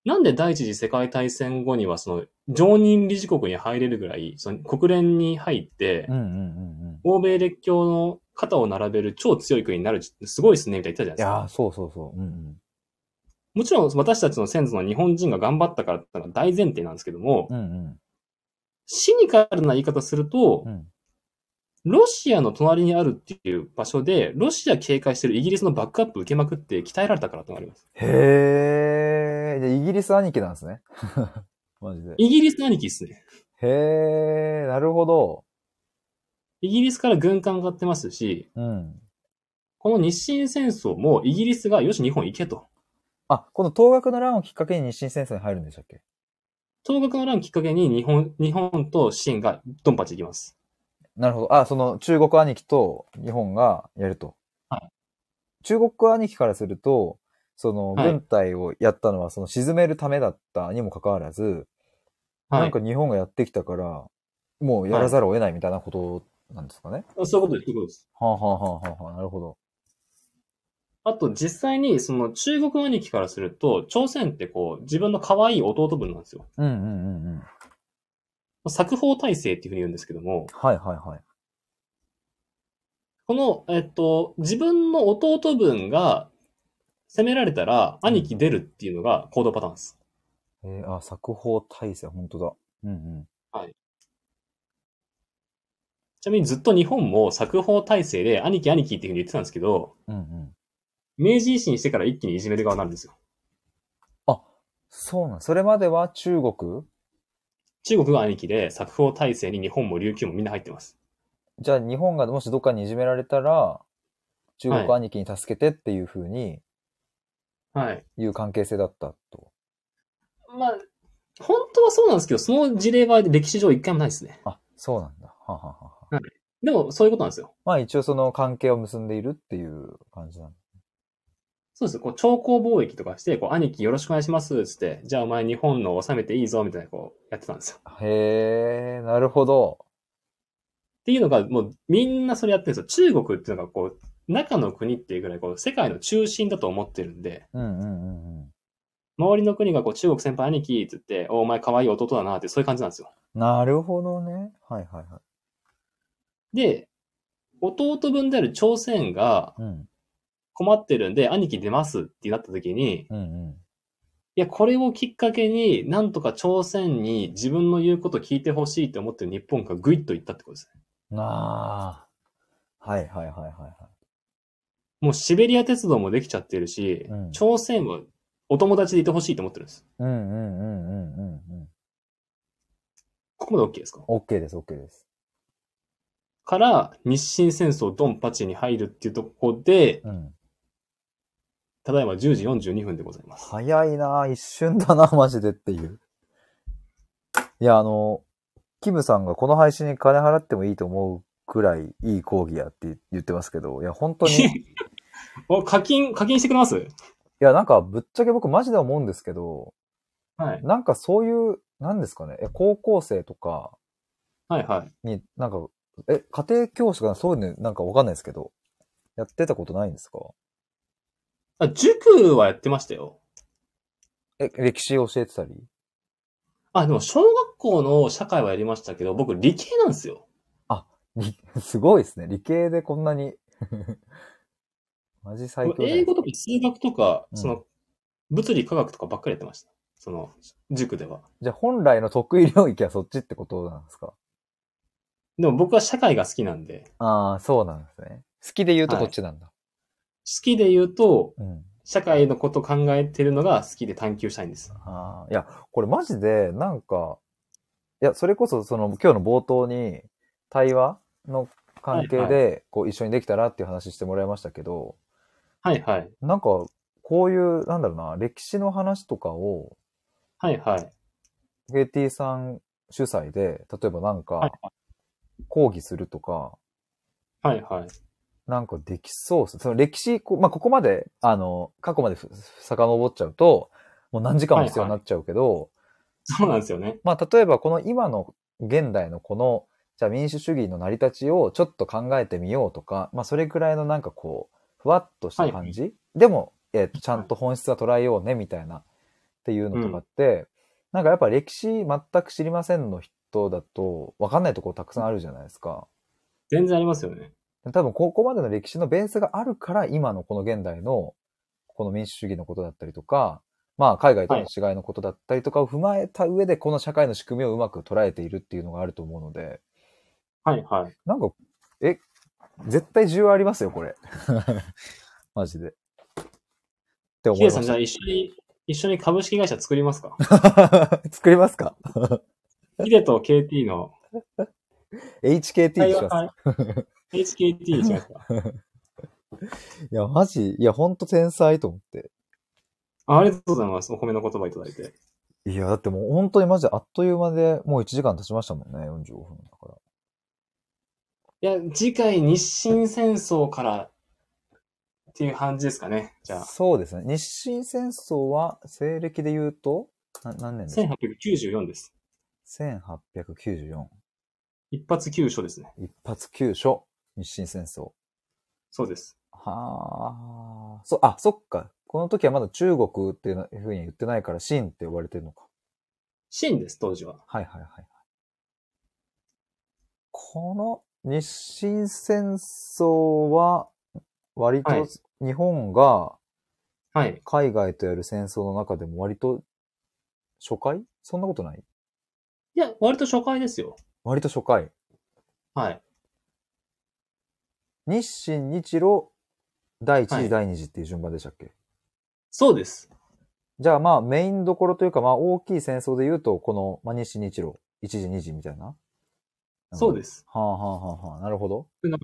Speaker 2: なんで第一次世界大戦後にはその常任理事国に入れるぐらい、その国連に入って
Speaker 1: うんうんうんうん。
Speaker 2: 欧米列強の肩を並べる超強い国になる、すごいですね、みたいな言った
Speaker 1: い
Speaker 2: じゃない
Speaker 1: やー、
Speaker 2: ですか。
Speaker 1: そうそうそう。うんうん。
Speaker 2: もちろん私たちの先祖の日本人が頑張ったからってのが大前提なんですけども、
Speaker 1: うん
Speaker 2: シニカルな言い方すると
Speaker 1: うん。う、ん。
Speaker 2: ロシアの隣にあるっていう場所で、ロシア警戒してるイギリスのバックアップ受けまくって鍛えられたからってのがあります。
Speaker 1: へー。じゃあイギリス兄貴なんですね。 *laughs* マジで。
Speaker 2: イギリスの兄貴ですね。
Speaker 1: へー、なるほど。
Speaker 2: イギリスから軍艦上がってますし、
Speaker 1: うん。
Speaker 2: この日清戦争もイギリスが、よし日本行けと。
Speaker 1: あ、この東学の乱をきっかけに日清戦争に入るんでしたっけ
Speaker 2: 東学の乱きっかけに日本、日本と清がドンパチ行きます。
Speaker 1: なるほど。あ、その中国兄貴と日本がやると。
Speaker 2: は
Speaker 1: 中国兄貴からすると、その
Speaker 2: はい
Speaker 1: 軍隊をやったのはその沈めるためだったにもかかわらず、
Speaker 2: は
Speaker 1: なん
Speaker 2: い。
Speaker 1: か日本がやってきたから、もうやらざるを得ないみたいなことなんですかね。
Speaker 2: そういうことです。そういうことです。
Speaker 1: はあ、はあはあはあはあ、なるほど。
Speaker 2: あと実際にその中国兄貴からすると、朝鮮ってこう自分の可愛い弟分なんですよ。
Speaker 1: うんうんうんうん。
Speaker 2: 作法体制っていうふうに言うんですけども、
Speaker 1: はいはいはい。
Speaker 2: この、えっと、自分の弟分が攻められたら兄貴出るっていうのが行動パターンです。
Speaker 1: えー、あ、作法体制、本当だ。うんうん。
Speaker 2: ちなみにずっと日本も作法体制で兄貴兄貴っていうふうに言ってたんですけど、
Speaker 1: うんうん。
Speaker 2: 明治維新してから一気にいじめる側になるんですよ。
Speaker 1: そうなん。それまでは中国
Speaker 2: 中国が兄貴で作法体制に日本も琉球もみんな入ってます。
Speaker 1: じゃあ日本がもしどっかにいじめられたら、中国
Speaker 2: は
Speaker 1: 兄貴に助けてっていう風に
Speaker 2: はい。
Speaker 1: いう関係性だったと。
Speaker 2: まあ、本当はそうなんですけど、その事例は歴史上一回もないですね。
Speaker 1: あ、そうなんだ。はははは
Speaker 2: でも、そういうことなんですよ。
Speaker 1: まあ一応その関係を結んでいるっていう感じなんだ。
Speaker 2: そうですよ。こう、朝貢貿易とかして、こう、兄貴よろしくお願いします、つって、じゃあお前日本の治めていいぞ、みたいな、こう、やってたんですよ。っ
Speaker 1: へえ、なるほど。
Speaker 2: ていうのが、もう、みんなそれやってるんですよ。中国っていうのが、こう、中の国っていうぐらい、こう、世界の中心だと思ってるんで、
Speaker 1: うんうんうんうん。
Speaker 2: 周りの国が、こう、中国先輩兄貴、つって、おお前可愛い弟だな、って、そういう感じなんですよ。
Speaker 1: なるほどね。はいはいは
Speaker 2: で、弟分である朝鮮が
Speaker 1: い。うん。
Speaker 2: 困ってるんで、兄貴出ますってなった時に、
Speaker 1: うんうん。
Speaker 2: いや、これをきっかけに、なんとか朝鮮に自分の言うことを聞いてほしいと思ってる日本がぐいっと言ったってことですね。
Speaker 1: なあ。はいはいはいはいは
Speaker 2: もうシベリア鉄道もできちゃってるし、
Speaker 1: うん
Speaker 2: 朝鮮はお友達でいてほしいと思ってるんです。
Speaker 1: い。うんうんうんうんうんうん。
Speaker 2: ここまで OK ですか
Speaker 1: OK です OK です。
Speaker 2: から、日清戦争ドンパチに入るっていうところで、
Speaker 1: うん。
Speaker 2: ただいま10時42分でございます。
Speaker 1: 早いなあ一瞬だな、マジでっていう。いや、あの、キムさんがこの配信に金払ってもいいと思うくらいいい講義やって言ってますけど、いや、本当に、い
Speaker 2: お、課金、課金してくれます
Speaker 1: や、なんかぶっちゃけ僕マジで思うんですけど、
Speaker 2: はい。
Speaker 1: なんかそういう、なんですかね、え高校生とか
Speaker 2: はいはい。
Speaker 1: に、なんか、え、家庭教師とかそういうのなんかわかんないですけど、やってたことないんですか
Speaker 2: あ、塾はやってましたよ。
Speaker 1: え、歴史教えてたり
Speaker 2: あ、でも小学校の社会はやりましたけど、僕理系なんですよ。
Speaker 1: 理 *laughs* すごいですね。理系でこんなに。 *laughs* マジ最強じゃない
Speaker 2: 英
Speaker 1: ですか
Speaker 2: 語とか数学とか、
Speaker 1: うん
Speaker 2: その、物理科学とかばっかりやってました。その、塾では。
Speaker 1: じゃあ本来の得意領域はそっちってことなんですか
Speaker 2: でも僕は社会が好きなんで、
Speaker 1: ああ、そうなんですね。好きで言うと
Speaker 2: はい
Speaker 1: こっちなんだ。
Speaker 2: 好きで言うと、
Speaker 1: うん。
Speaker 2: 社会のこと考えてるのが好きで探求したいんです。
Speaker 1: ああ、いや、これマジで、なんか、いや、それこそその今日の冒頭に対話の関係
Speaker 2: はい
Speaker 1: で、こう一緒にできたらっていう話してもらいましたけど、
Speaker 2: はいはい。
Speaker 1: なんか、こういう、なんだろうな、歴史の話とかを、
Speaker 2: はいはい。
Speaker 1: KT さん主催で、例えばなん
Speaker 2: は
Speaker 1: か、
Speaker 2: い
Speaker 1: 講義するとか、
Speaker 2: はいはい。
Speaker 1: なんかできそうっす。その歴史、こまあ、ここまで、あの、過去までふ遡っちゃうと、もう何時間も必要になっちゃうけど、
Speaker 2: そうなんですよね。
Speaker 1: まあ、例えばこの今の現代のこの、じゃあ民主主義の成り立ちをちょっと考えてみようとか、まあ、それくらいのなんかこう、ふわっとした感じ、でも、えっとちゃんと本質は捉えようね、みたいな、っていうのとかって、なんかやっぱ歴史全く知りませんの人だと、わかんないところたくさんあるじゃないですか。
Speaker 2: 全然ありますよね。
Speaker 1: 多分ここまでの歴史のベースがあるから、今のこの現代の、この民主主義のことだったりとか、まあ海外との違いのことだったりとかを踏まえた上で、この社会の仕組みをうまく捉えているっていうのがあると思うので、
Speaker 2: はいはい。
Speaker 1: なんか、え、絶対需要ありますよ、これ。 *laughs* マジで。って思
Speaker 2: ヒデ
Speaker 1: い
Speaker 2: さ
Speaker 1: ま
Speaker 2: ん、
Speaker 1: し
Speaker 2: じゃあ一緒に、一緒に株式会社作りますか
Speaker 1: た。 *laughs* 作りますか
Speaker 2: ヒデと KT の
Speaker 1: *laughs* ?HKT にします。
Speaker 2: はい。HKT
Speaker 1: *laughs*
Speaker 2: にしますか。
Speaker 1: いや、マジ、いや、ほんと天才と思って。
Speaker 2: あありがとうございます。お褒めの言葉いただいて。
Speaker 1: いや、だってもう本当にマジであっという間で、もう1時間経ちましたもんね、45分だから。
Speaker 2: いや、次回日清戦争からっていう感じですかね。じゃあ、
Speaker 1: そうですね。日清戦争は西暦で言うと、な何年ですか
Speaker 2: 1894です。
Speaker 1: ?1894。
Speaker 2: 一発急所ですね。
Speaker 1: 一発急所。日清戦争。
Speaker 2: そうです。
Speaker 1: はあ。そ、あ、そっか。この時はまだ中国っていうふうに言ってないから、清って呼ばれてるのか。
Speaker 2: 清です、当時は。
Speaker 1: はいはいはいはい。この日清戦争は、割
Speaker 2: は
Speaker 1: と
Speaker 2: い
Speaker 1: 日本が
Speaker 2: はい。
Speaker 1: 海外とやる戦争の中でも割と初回そんなことない
Speaker 2: いや、割と初回ですよ。
Speaker 1: 割と初回。
Speaker 2: はい。
Speaker 1: 日清、日露、第一次、
Speaker 2: はい
Speaker 1: 第二次っていう順番でしたっけ
Speaker 2: そうです。
Speaker 1: じゃあまあメインどころというかまあ大きい戦争で言うと、この、まあ、日清、日露、一次、二次みたいな。。
Speaker 2: そうですす。
Speaker 1: はあ、はあはあはあ、なるほど
Speaker 2: なん。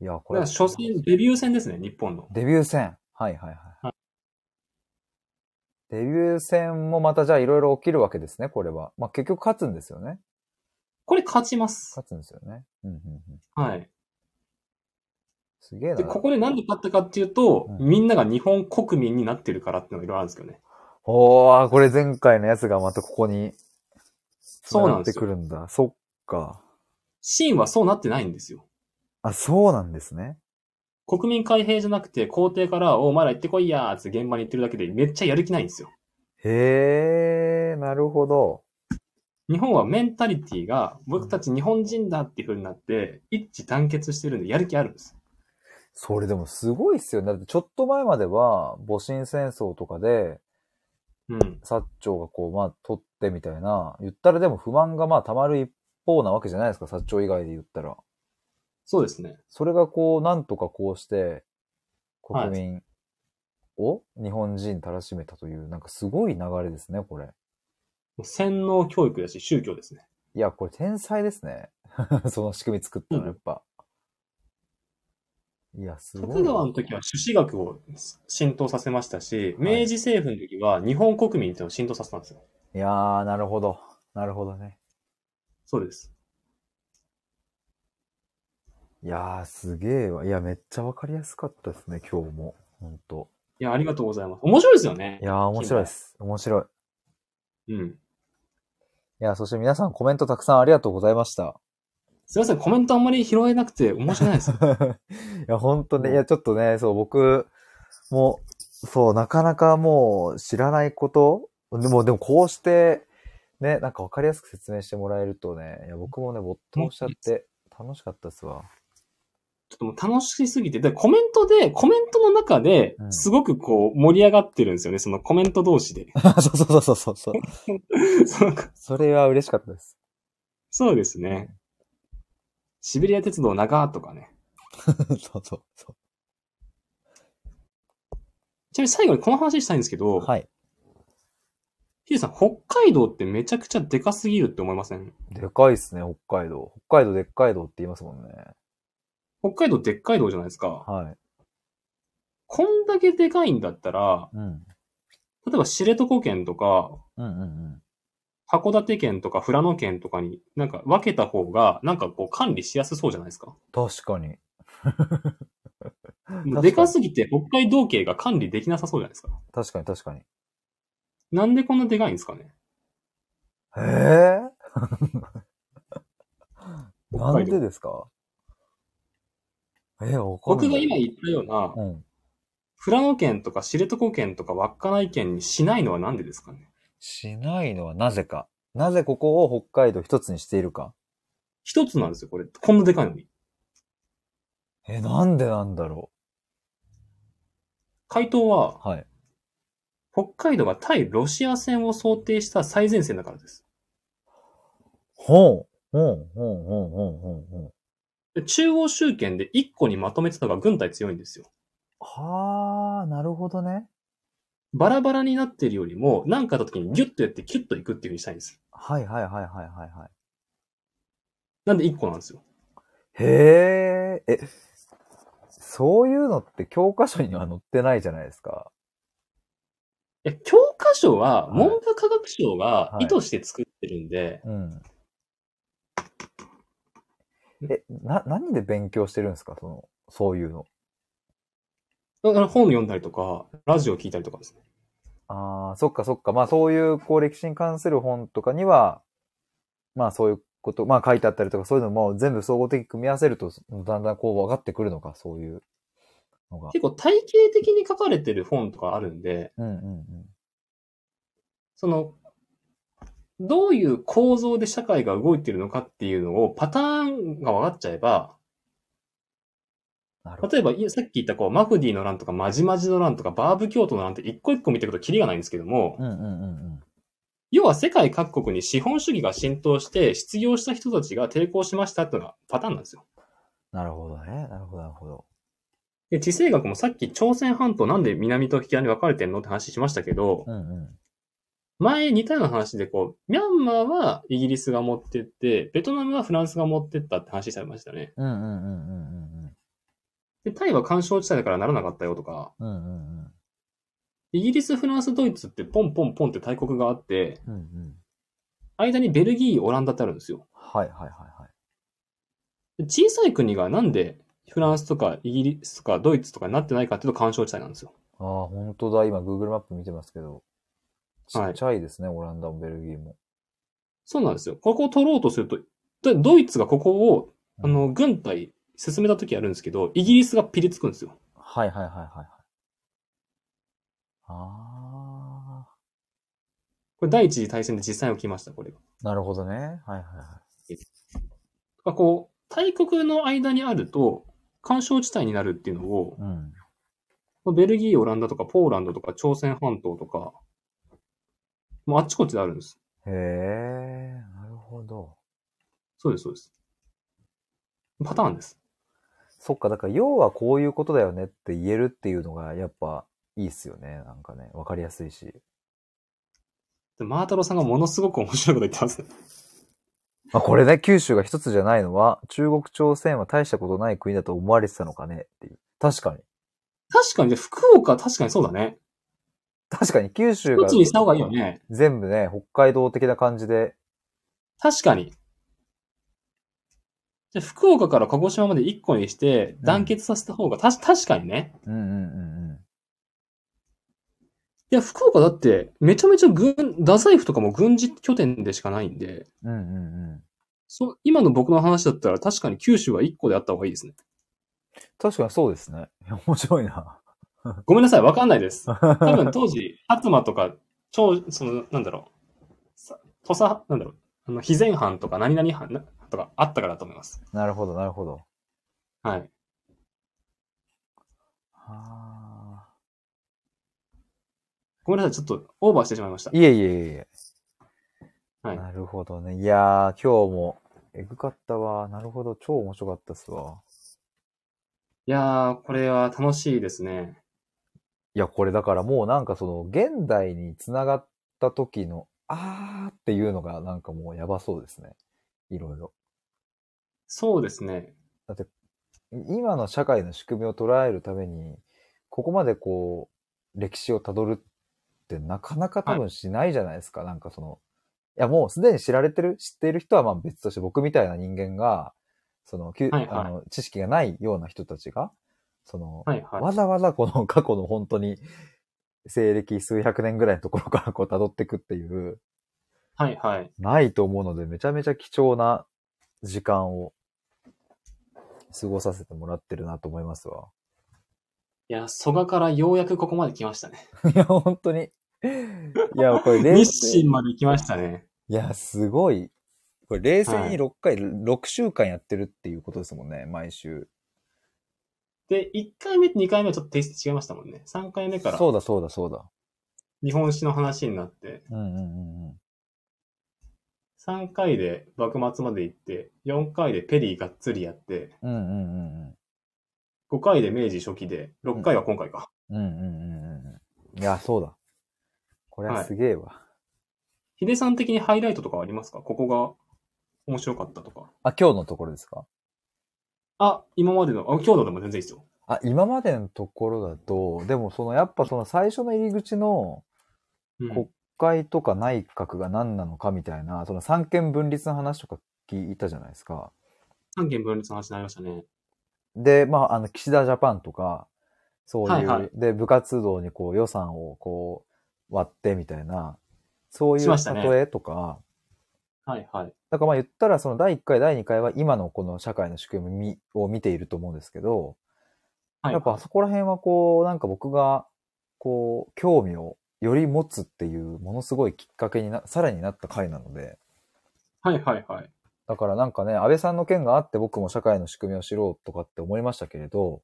Speaker 1: いや、これ。
Speaker 2: だから初戦、デビュー戦ですね、日本の。
Speaker 1: デビュー戦。はいはいはい。
Speaker 2: は
Speaker 1: デビュー戦もまたじゃあいろいろ起きるわけですね、これは。まあ結局勝つんですよね。
Speaker 2: これ勝ちます。
Speaker 1: 勝つんですよね。うんうんうん。
Speaker 2: はい。
Speaker 1: すげえな。
Speaker 2: で、ここでなんで勝ったかっていうと、
Speaker 1: うん
Speaker 2: みんなが日本国民になってるからっていうのがいろいろあるんですけどね。
Speaker 1: おー、これ前回のやつがまたここに、
Speaker 2: そうなん
Speaker 1: で
Speaker 2: ですす
Speaker 1: く
Speaker 2: よ。
Speaker 1: るんだ。そっか。
Speaker 2: シーンはそうなってないんですよ。
Speaker 1: あ、そうなんですね。
Speaker 2: 国民開閉じゃなくて、皇帝から、おお前ら行ってこいやーっつって現場に行ってるだけで、めっちゃやる気ないんですよ。
Speaker 1: へえ、なるほど。
Speaker 2: 日本はメンタリティが、僕たち日本人だっていう風になって、一致団結してるんで、やる気あるんです。
Speaker 1: それでもすごいっすよね。だってちょっと前までは、戊辰戦争とかで、
Speaker 2: うん。
Speaker 1: 薩長がこう、まあ、取ってみたいな、言ったらでも不満がまあ、溜まる一方なわけじゃないですか、薩長以外で言ったら。
Speaker 2: そうですね。
Speaker 1: それがこう、なんとかこうして、国民を日本人たらしめたという、なんかすごい流れですね、これ。
Speaker 2: もう洗脳教育だし、宗教ですね。
Speaker 1: いや、これ天才ですね。 *laughs* その仕組み作ったの、やっぱ。いや、すごい
Speaker 2: 徳
Speaker 1: な。
Speaker 2: 川の時は朱子学を浸透させましたし、
Speaker 1: はい
Speaker 2: 明治政府の時は日本国民っていうのを浸透させたんですよ。
Speaker 1: いやー、なるほど。なるほどね。
Speaker 2: そうです。
Speaker 1: いやー、すげえわ。いや、めっちゃわかりやすかったですね、今日も。ほんと。
Speaker 2: いや、ありがとうございます。面白いですよね
Speaker 1: い。やー、面白いです。面白い。
Speaker 2: うん。
Speaker 1: いや、そして皆さんコメントたくさんありがとうございました。
Speaker 2: すいません、コメントあんまり拾えなくて面白
Speaker 1: *laughs*
Speaker 2: いです。
Speaker 1: いや、ほんとね、
Speaker 2: うん
Speaker 1: いや、ちょっとね、そう、僕も、そう、なかなかもう知らないこと、でも、でもこうして、ね、なんかわかりやすく説明してもらえるとね、いや、僕もね、没頭しちゃって、楽しかったですわ。
Speaker 2: ちょっともう楽しすぎて、で、コメントで、コメントの中で
Speaker 1: う、ん
Speaker 2: すごくこう、盛り上がってるんですよね、そのコメント同
Speaker 1: *laughs*
Speaker 2: 士で。
Speaker 1: *laughs* そうそうそうそうそう。
Speaker 2: その
Speaker 1: それは嬉しかったです。
Speaker 2: そうですね。シベリア鉄道長とかね。
Speaker 1: そうそうそ
Speaker 2: ちなみに最後にこの話したいんですけど、
Speaker 1: う。はい。
Speaker 2: ヒデさん、北海道ってめちゃくちゃでかすぎるって思いません
Speaker 1: でかいっすね、北海道。北海道でっかい道って言いますもんね。
Speaker 2: 北海道でっかい道じゃないですか。
Speaker 1: は
Speaker 2: こんだけでかいんだったら、
Speaker 1: い。うん。
Speaker 2: 例えば知床県とか、
Speaker 1: うんうんうん。
Speaker 2: 函館県とか富良野県とかになんか分けた方が、なんかこう管理しやすそうじゃないですか。
Speaker 1: 確かに。
Speaker 2: も
Speaker 1: かに
Speaker 2: うでかすぎて北海道警が管理できなさそうじゃないですか。
Speaker 1: 確かに確かに。
Speaker 2: なんでこんなでかいんですかね。
Speaker 1: ええ
Speaker 2: 北
Speaker 1: なん
Speaker 2: 海
Speaker 1: で
Speaker 2: 道。
Speaker 1: ですかえー、わかんな
Speaker 2: 僕
Speaker 1: い
Speaker 2: が今言ったような、
Speaker 1: うん。
Speaker 2: 富良野県とか知床県とか稚内県にしないのはなんでですかね。
Speaker 1: しないのはなぜか。なぜここを北海道一つにしているか。
Speaker 2: 一つなんですよ、これ。こんなでかいのに。
Speaker 1: え、なんでなんだろ
Speaker 2: 回答は、
Speaker 1: う。はい。
Speaker 2: 北海道が対ロシア戦を想定した最前線だからです。
Speaker 1: ほう。ほう、ほう、ほう、ほう、ほう、ほう。
Speaker 2: で中央集権で一個にまとめてたのが軍隊強いんですよ。
Speaker 1: はあ、なるほどね。
Speaker 2: バラバラになってるよりも、何かあった時にギュッとやってキュッといくっていう風にしたいんです。
Speaker 1: はいはいはいはいはいはい。
Speaker 2: なんで一個なんですよ。
Speaker 1: へえ、え、そういうのって教科書には載ってないじゃないですか。
Speaker 2: いや、教科書は
Speaker 1: はい
Speaker 2: 文部科学省が
Speaker 1: はい
Speaker 2: 意図して作ってるんで、
Speaker 1: うん。え、な、何で勉強してるんですかその、そういうの。
Speaker 2: だから本読んだりとか、ラジオ聞いたりとかですね。
Speaker 1: ああ、そっかそっか。まあそういう、こう歴史に関する本とかには、まあそういうこと、まあ書いてあったりとかそういうのも全部総合的に組み合わせると、だんだんこう分かってくるのか、そういうのが。
Speaker 2: 結構体系的に書かれてる本とかあるんで、
Speaker 1: うんうんうん。
Speaker 2: その、どういう構造で社会が動いてるのかっていうのをパターンが分かっちゃえば、
Speaker 1: なるほど。
Speaker 2: 例えばいさっき言ったこう、マフディの欄とかマジマジの欄とかバーブ教徒の欄って一個一個見ていくとキリがないんですけども、
Speaker 1: うんうんうん
Speaker 2: 要は世界各国に資本主義が浸透して失業した人たちが抵抗しましたっていうのがパターンなんですよ。
Speaker 1: なるほどね。なるほど、なるほど。
Speaker 2: で、地政学もさっき朝鮮半島なんで南と北に分かれてんのって話しましたけど
Speaker 1: う、んうん。
Speaker 2: 前似たような話でこう、ミャンマーはイギリスが持ってって、ベトナムはフランスが持ってったって話されましたね。
Speaker 1: うんうんうんうんうん
Speaker 2: で、タイは干渉地帯だからならなかったよとか、
Speaker 1: うん。うんうんうん。
Speaker 2: イギリス、フランス、ドイツってポンポンポンって大国があって、
Speaker 1: うんうん。
Speaker 2: 間にベルギー、オランダってあるんですよ。
Speaker 1: はいはいはいはい。
Speaker 2: で小さい国がなんでフランスとかイギリスとかドイツとかになってないかっていうと干渉地帯なんですよ。
Speaker 1: ああ、本当だ。今、Google マップ見てますけど。ち
Speaker 2: はい
Speaker 1: っちゃいですね、オランダもベルギーも。
Speaker 2: そうなんですよ。ここを取ろうとすると、でドイツがここを、
Speaker 1: うん
Speaker 2: あの、軍隊進めた時あるんですけど、イギリスがピリつくんですよ。
Speaker 1: はいはいはいはいはい。あ
Speaker 2: これ第一次大戦で実際に起きました、これが。
Speaker 1: あ、なるほどね。はいはいはい。
Speaker 2: だからこう、大国の間にあると、干渉地帯になるっていうのを、
Speaker 1: うん。
Speaker 2: ベルギー、オランダとか、ポーランドとか、朝鮮半島とか、もうあっちこっちであるんです。
Speaker 1: へえ、なるほど。
Speaker 2: そうです、そうです。パターンです。
Speaker 1: そっか、だから、要はこういうことだよねって言えるっていうのが、やっぱ、いいっすよね。なんかね、わかりやすいし。
Speaker 2: でマータロさんがものすごく面白いこと言ってますね。
Speaker 1: まあ、これね、九州が一つじゃないのは、中国朝鮮は大したことない国だと思われてたのかねっていう。確かに。
Speaker 2: 確かに、じゃあ福岡は確かにそうだね。
Speaker 1: 確かに九州が
Speaker 2: 一つにした方がいいよね。
Speaker 1: 全部ね、北海道的な感じで、
Speaker 2: 確かに。じゃあ福岡から鹿児島まで一個にして、団結させた方が、たし、確かにね。
Speaker 1: うんうんうんうん。
Speaker 2: いや、福岡だって、めちゃめちゃ軍、太宰府とかも軍事拠点でしかないんで、
Speaker 1: うんうんうん。
Speaker 2: そう、今の僕の話だったら確かに九州は一個であった方がいいですね。
Speaker 1: 確かにそうですね。 *laughs* いや面白いな。
Speaker 2: ごめんなさい、わかんな
Speaker 1: *laughs*
Speaker 2: いです。多分当時、薩摩とか、超、その、なんだろう、さ土佐、なんだろう、あの、非前藩とか何々藩なとかあったからだと思います。
Speaker 1: なるほど、なるほど。
Speaker 2: はい。
Speaker 1: あ
Speaker 2: ごめんなさい、ちょっとオーバーしてしまいました
Speaker 1: ー。いえいえいえいえ。
Speaker 2: はい
Speaker 1: なるほどね。いやー、今日も、えぐかったわ。なるほど、超面白かったっすわ。
Speaker 2: いやー、これは楽しいですね。
Speaker 1: いや、これだからもうなんかその、現代に繋がった時の、あーっていうのがなんかもうやばそうですね。いろいろ。
Speaker 2: そうですね。
Speaker 1: 今の社会の仕組みを捉えるために、ここまでこう、歴史をたどるってなかなか多分しないじゃないですか。なんかその、いやもうすでに知られてる、知っている人はまあ別として僕みたいな人間が、その、きゅ
Speaker 2: はいはい
Speaker 1: あの知識がないような人たちが、その、
Speaker 2: はいは
Speaker 1: わざわざこの過去の本当に、西暦数百年ぐらいのところからこう辿っていくっていう、
Speaker 2: い。はいはい。
Speaker 1: ないと思うので、めちゃめちゃ貴重な時間を過ごさせてもらってるなと思います *laughs* わ。
Speaker 2: いや、蘇我からようやくここまで来ましたね。
Speaker 1: いや、本当に。いや、これ、
Speaker 2: 日
Speaker 1: 冷静
Speaker 2: 清まで来ましたね。
Speaker 1: いや、すごい。これ、冷静
Speaker 2: は
Speaker 1: に
Speaker 2: い
Speaker 1: 6回、6週間やってるっていうことですもんね、毎週。
Speaker 2: で、1回目と2回目はちょっとテイスト違いましたもんね。3回目から
Speaker 1: そうだ、そうだ、そうだ。
Speaker 2: 日本史の話になって、
Speaker 1: うんうんうんうん。
Speaker 2: 3回で幕末まで行って、4回でペリーがっつりやって、
Speaker 1: うんうんうんうん。
Speaker 2: 5回で明治初期で、6回は今回か。
Speaker 1: うんうんうんうんうん。いや、そうだ。これはすげえわ。
Speaker 2: ヒデさん的にハイライトとかはありますかここが面白かったとか。
Speaker 1: あ、今日のところですか
Speaker 2: あ、今までの、あ、今日のでも全然いいですよ。
Speaker 1: あ、今までのところだと、でもその、やっぱその最初の入り口の
Speaker 2: うん
Speaker 1: こ国会とか内閣が何なのかみたいな、その三権分立の話とか聞いたじゃないですか。
Speaker 2: 三権分立の話になりましたね。
Speaker 1: で、まあ、あの、岸田ジャパンとか、そういう、
Speaker 2: はいはい
Speaker 1: で、部活動にこう予算をこう割ってみたいな、そうい
Speaker 2: し
Speaker 1: う
Speaker 2: ましたね
Speaker 1: 例えとか、
Speaker 2: はいはい。
Speaker 1: だからまあ言ったらその第1回、第2回は今のこの社会の仕組みを見ていると思うんですけど、
Speaker 2: はい、
Speaker 1: やっぱそこら辺はこう、なんか僕が、こう、興味をより持つっていう、ものすごいきっかけにな、さらになった回なので、
Speaker 2: はいはいはい。
Speaker 1: だからなんかね、安倍さんの件があって僕も社会の仕組みを知ろうとかって思いましたけれど、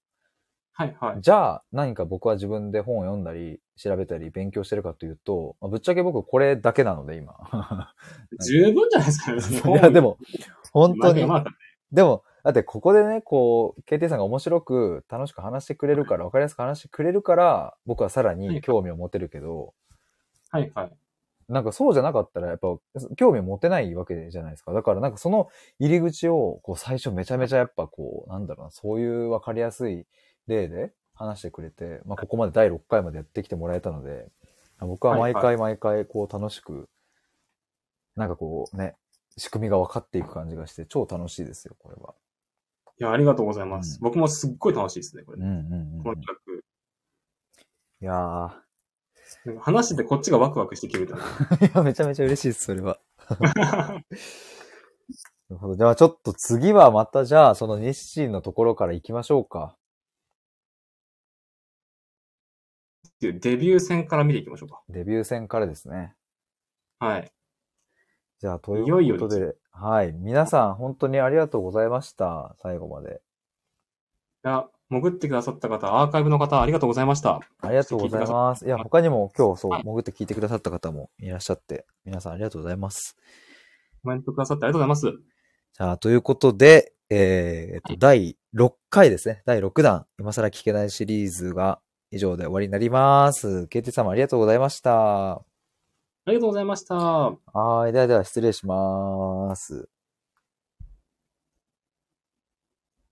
Speaker 2: はいはい。
Speaker 1: じゃあ何か僕は自分で本を読んだり、調べたり、勉強してるかというと、まあぶっちゃけ僕これだけなので今。
Speaker 2: *laughs* 十分じゃないですか、別に
Speaker 1: いや、でも、本当
Speaker 2: *laughs*
Speaker 1: に。
Speaker 2: まあまあ
Speaker 1: でも、だってここでね、こう、KT さんが面白く楽しく話してくれるから、わかりやすく話してくれるから、僕はさらに興味を持てるけど、
Speaker 2: はいはい。
Speaker 1: なんかそうじゃなかったら、やっぱ、興味を持てないわけじゃないですか。だからなんかその入り口を、こう、最初めちゃめちゃやっぱこう、なんだろうな、そういうわかりやすい例で話してくれて、まあここまで第6回までやってきてもらえたので、僕は毎
Speaker 2: は
Speaker 1: 回毎回こう楽しく、なんかこうね、仕組みが分かっていく感じがして、超楽しいですよ、これは。
Speaker 2: いや、ありがとうございます。
Speaker 1: う
Speaker 2: 僕もすっごい楽しいですね、これ。
Speaker 1: うんうんうん
Speaker 2: こ
Speaker 1: う
Speaker 2: の
Speaker 1: ん。
Speaker 2: 企画。
Speaker 1: いやー、
Speaker 2: なんか話しててこっちがワクワクしてきるみたい
Speaker 1: いや、めちゃめちゃ嬉しいです、それは。
Speaker 2: *laughs* な。
Speaker 1: なるほど。ではちょっと次はまたじゃあ、その日誌のところから行きましょうか。
Speaker 2: デビュー戦から見ていきましょうか。
Speaker 1: デビュー戦からですね。
Speaker 2: はい。
Speaker 1: じゃあ、という
Speaker 2: いよいよ
Speaker 1: こと
Speaker 2: で
Speaker 1: で、はい。皆さん、本当にありがとうございました。最後まで。
Speaker 2: いや、潜ってくださった方、アーカイブの方、ありがとうございました。
Speaker 1: ありがとうございます。いや、他にも今日、そう、潜って聞いてくださった方もいらっしゃって、皆さんありがとうございます。
Speaker 2: コメントくださってありがとうございます。
Speaker 1: じゃあ、ということで、えーえっと、第6回ですね。第6弾、今更聞けないシリーズが以上で終わりになります。KT 様ありがとうございました。
Speaker 2: ありがとうございました。
Speaker 1: はい。ではでは失礼します。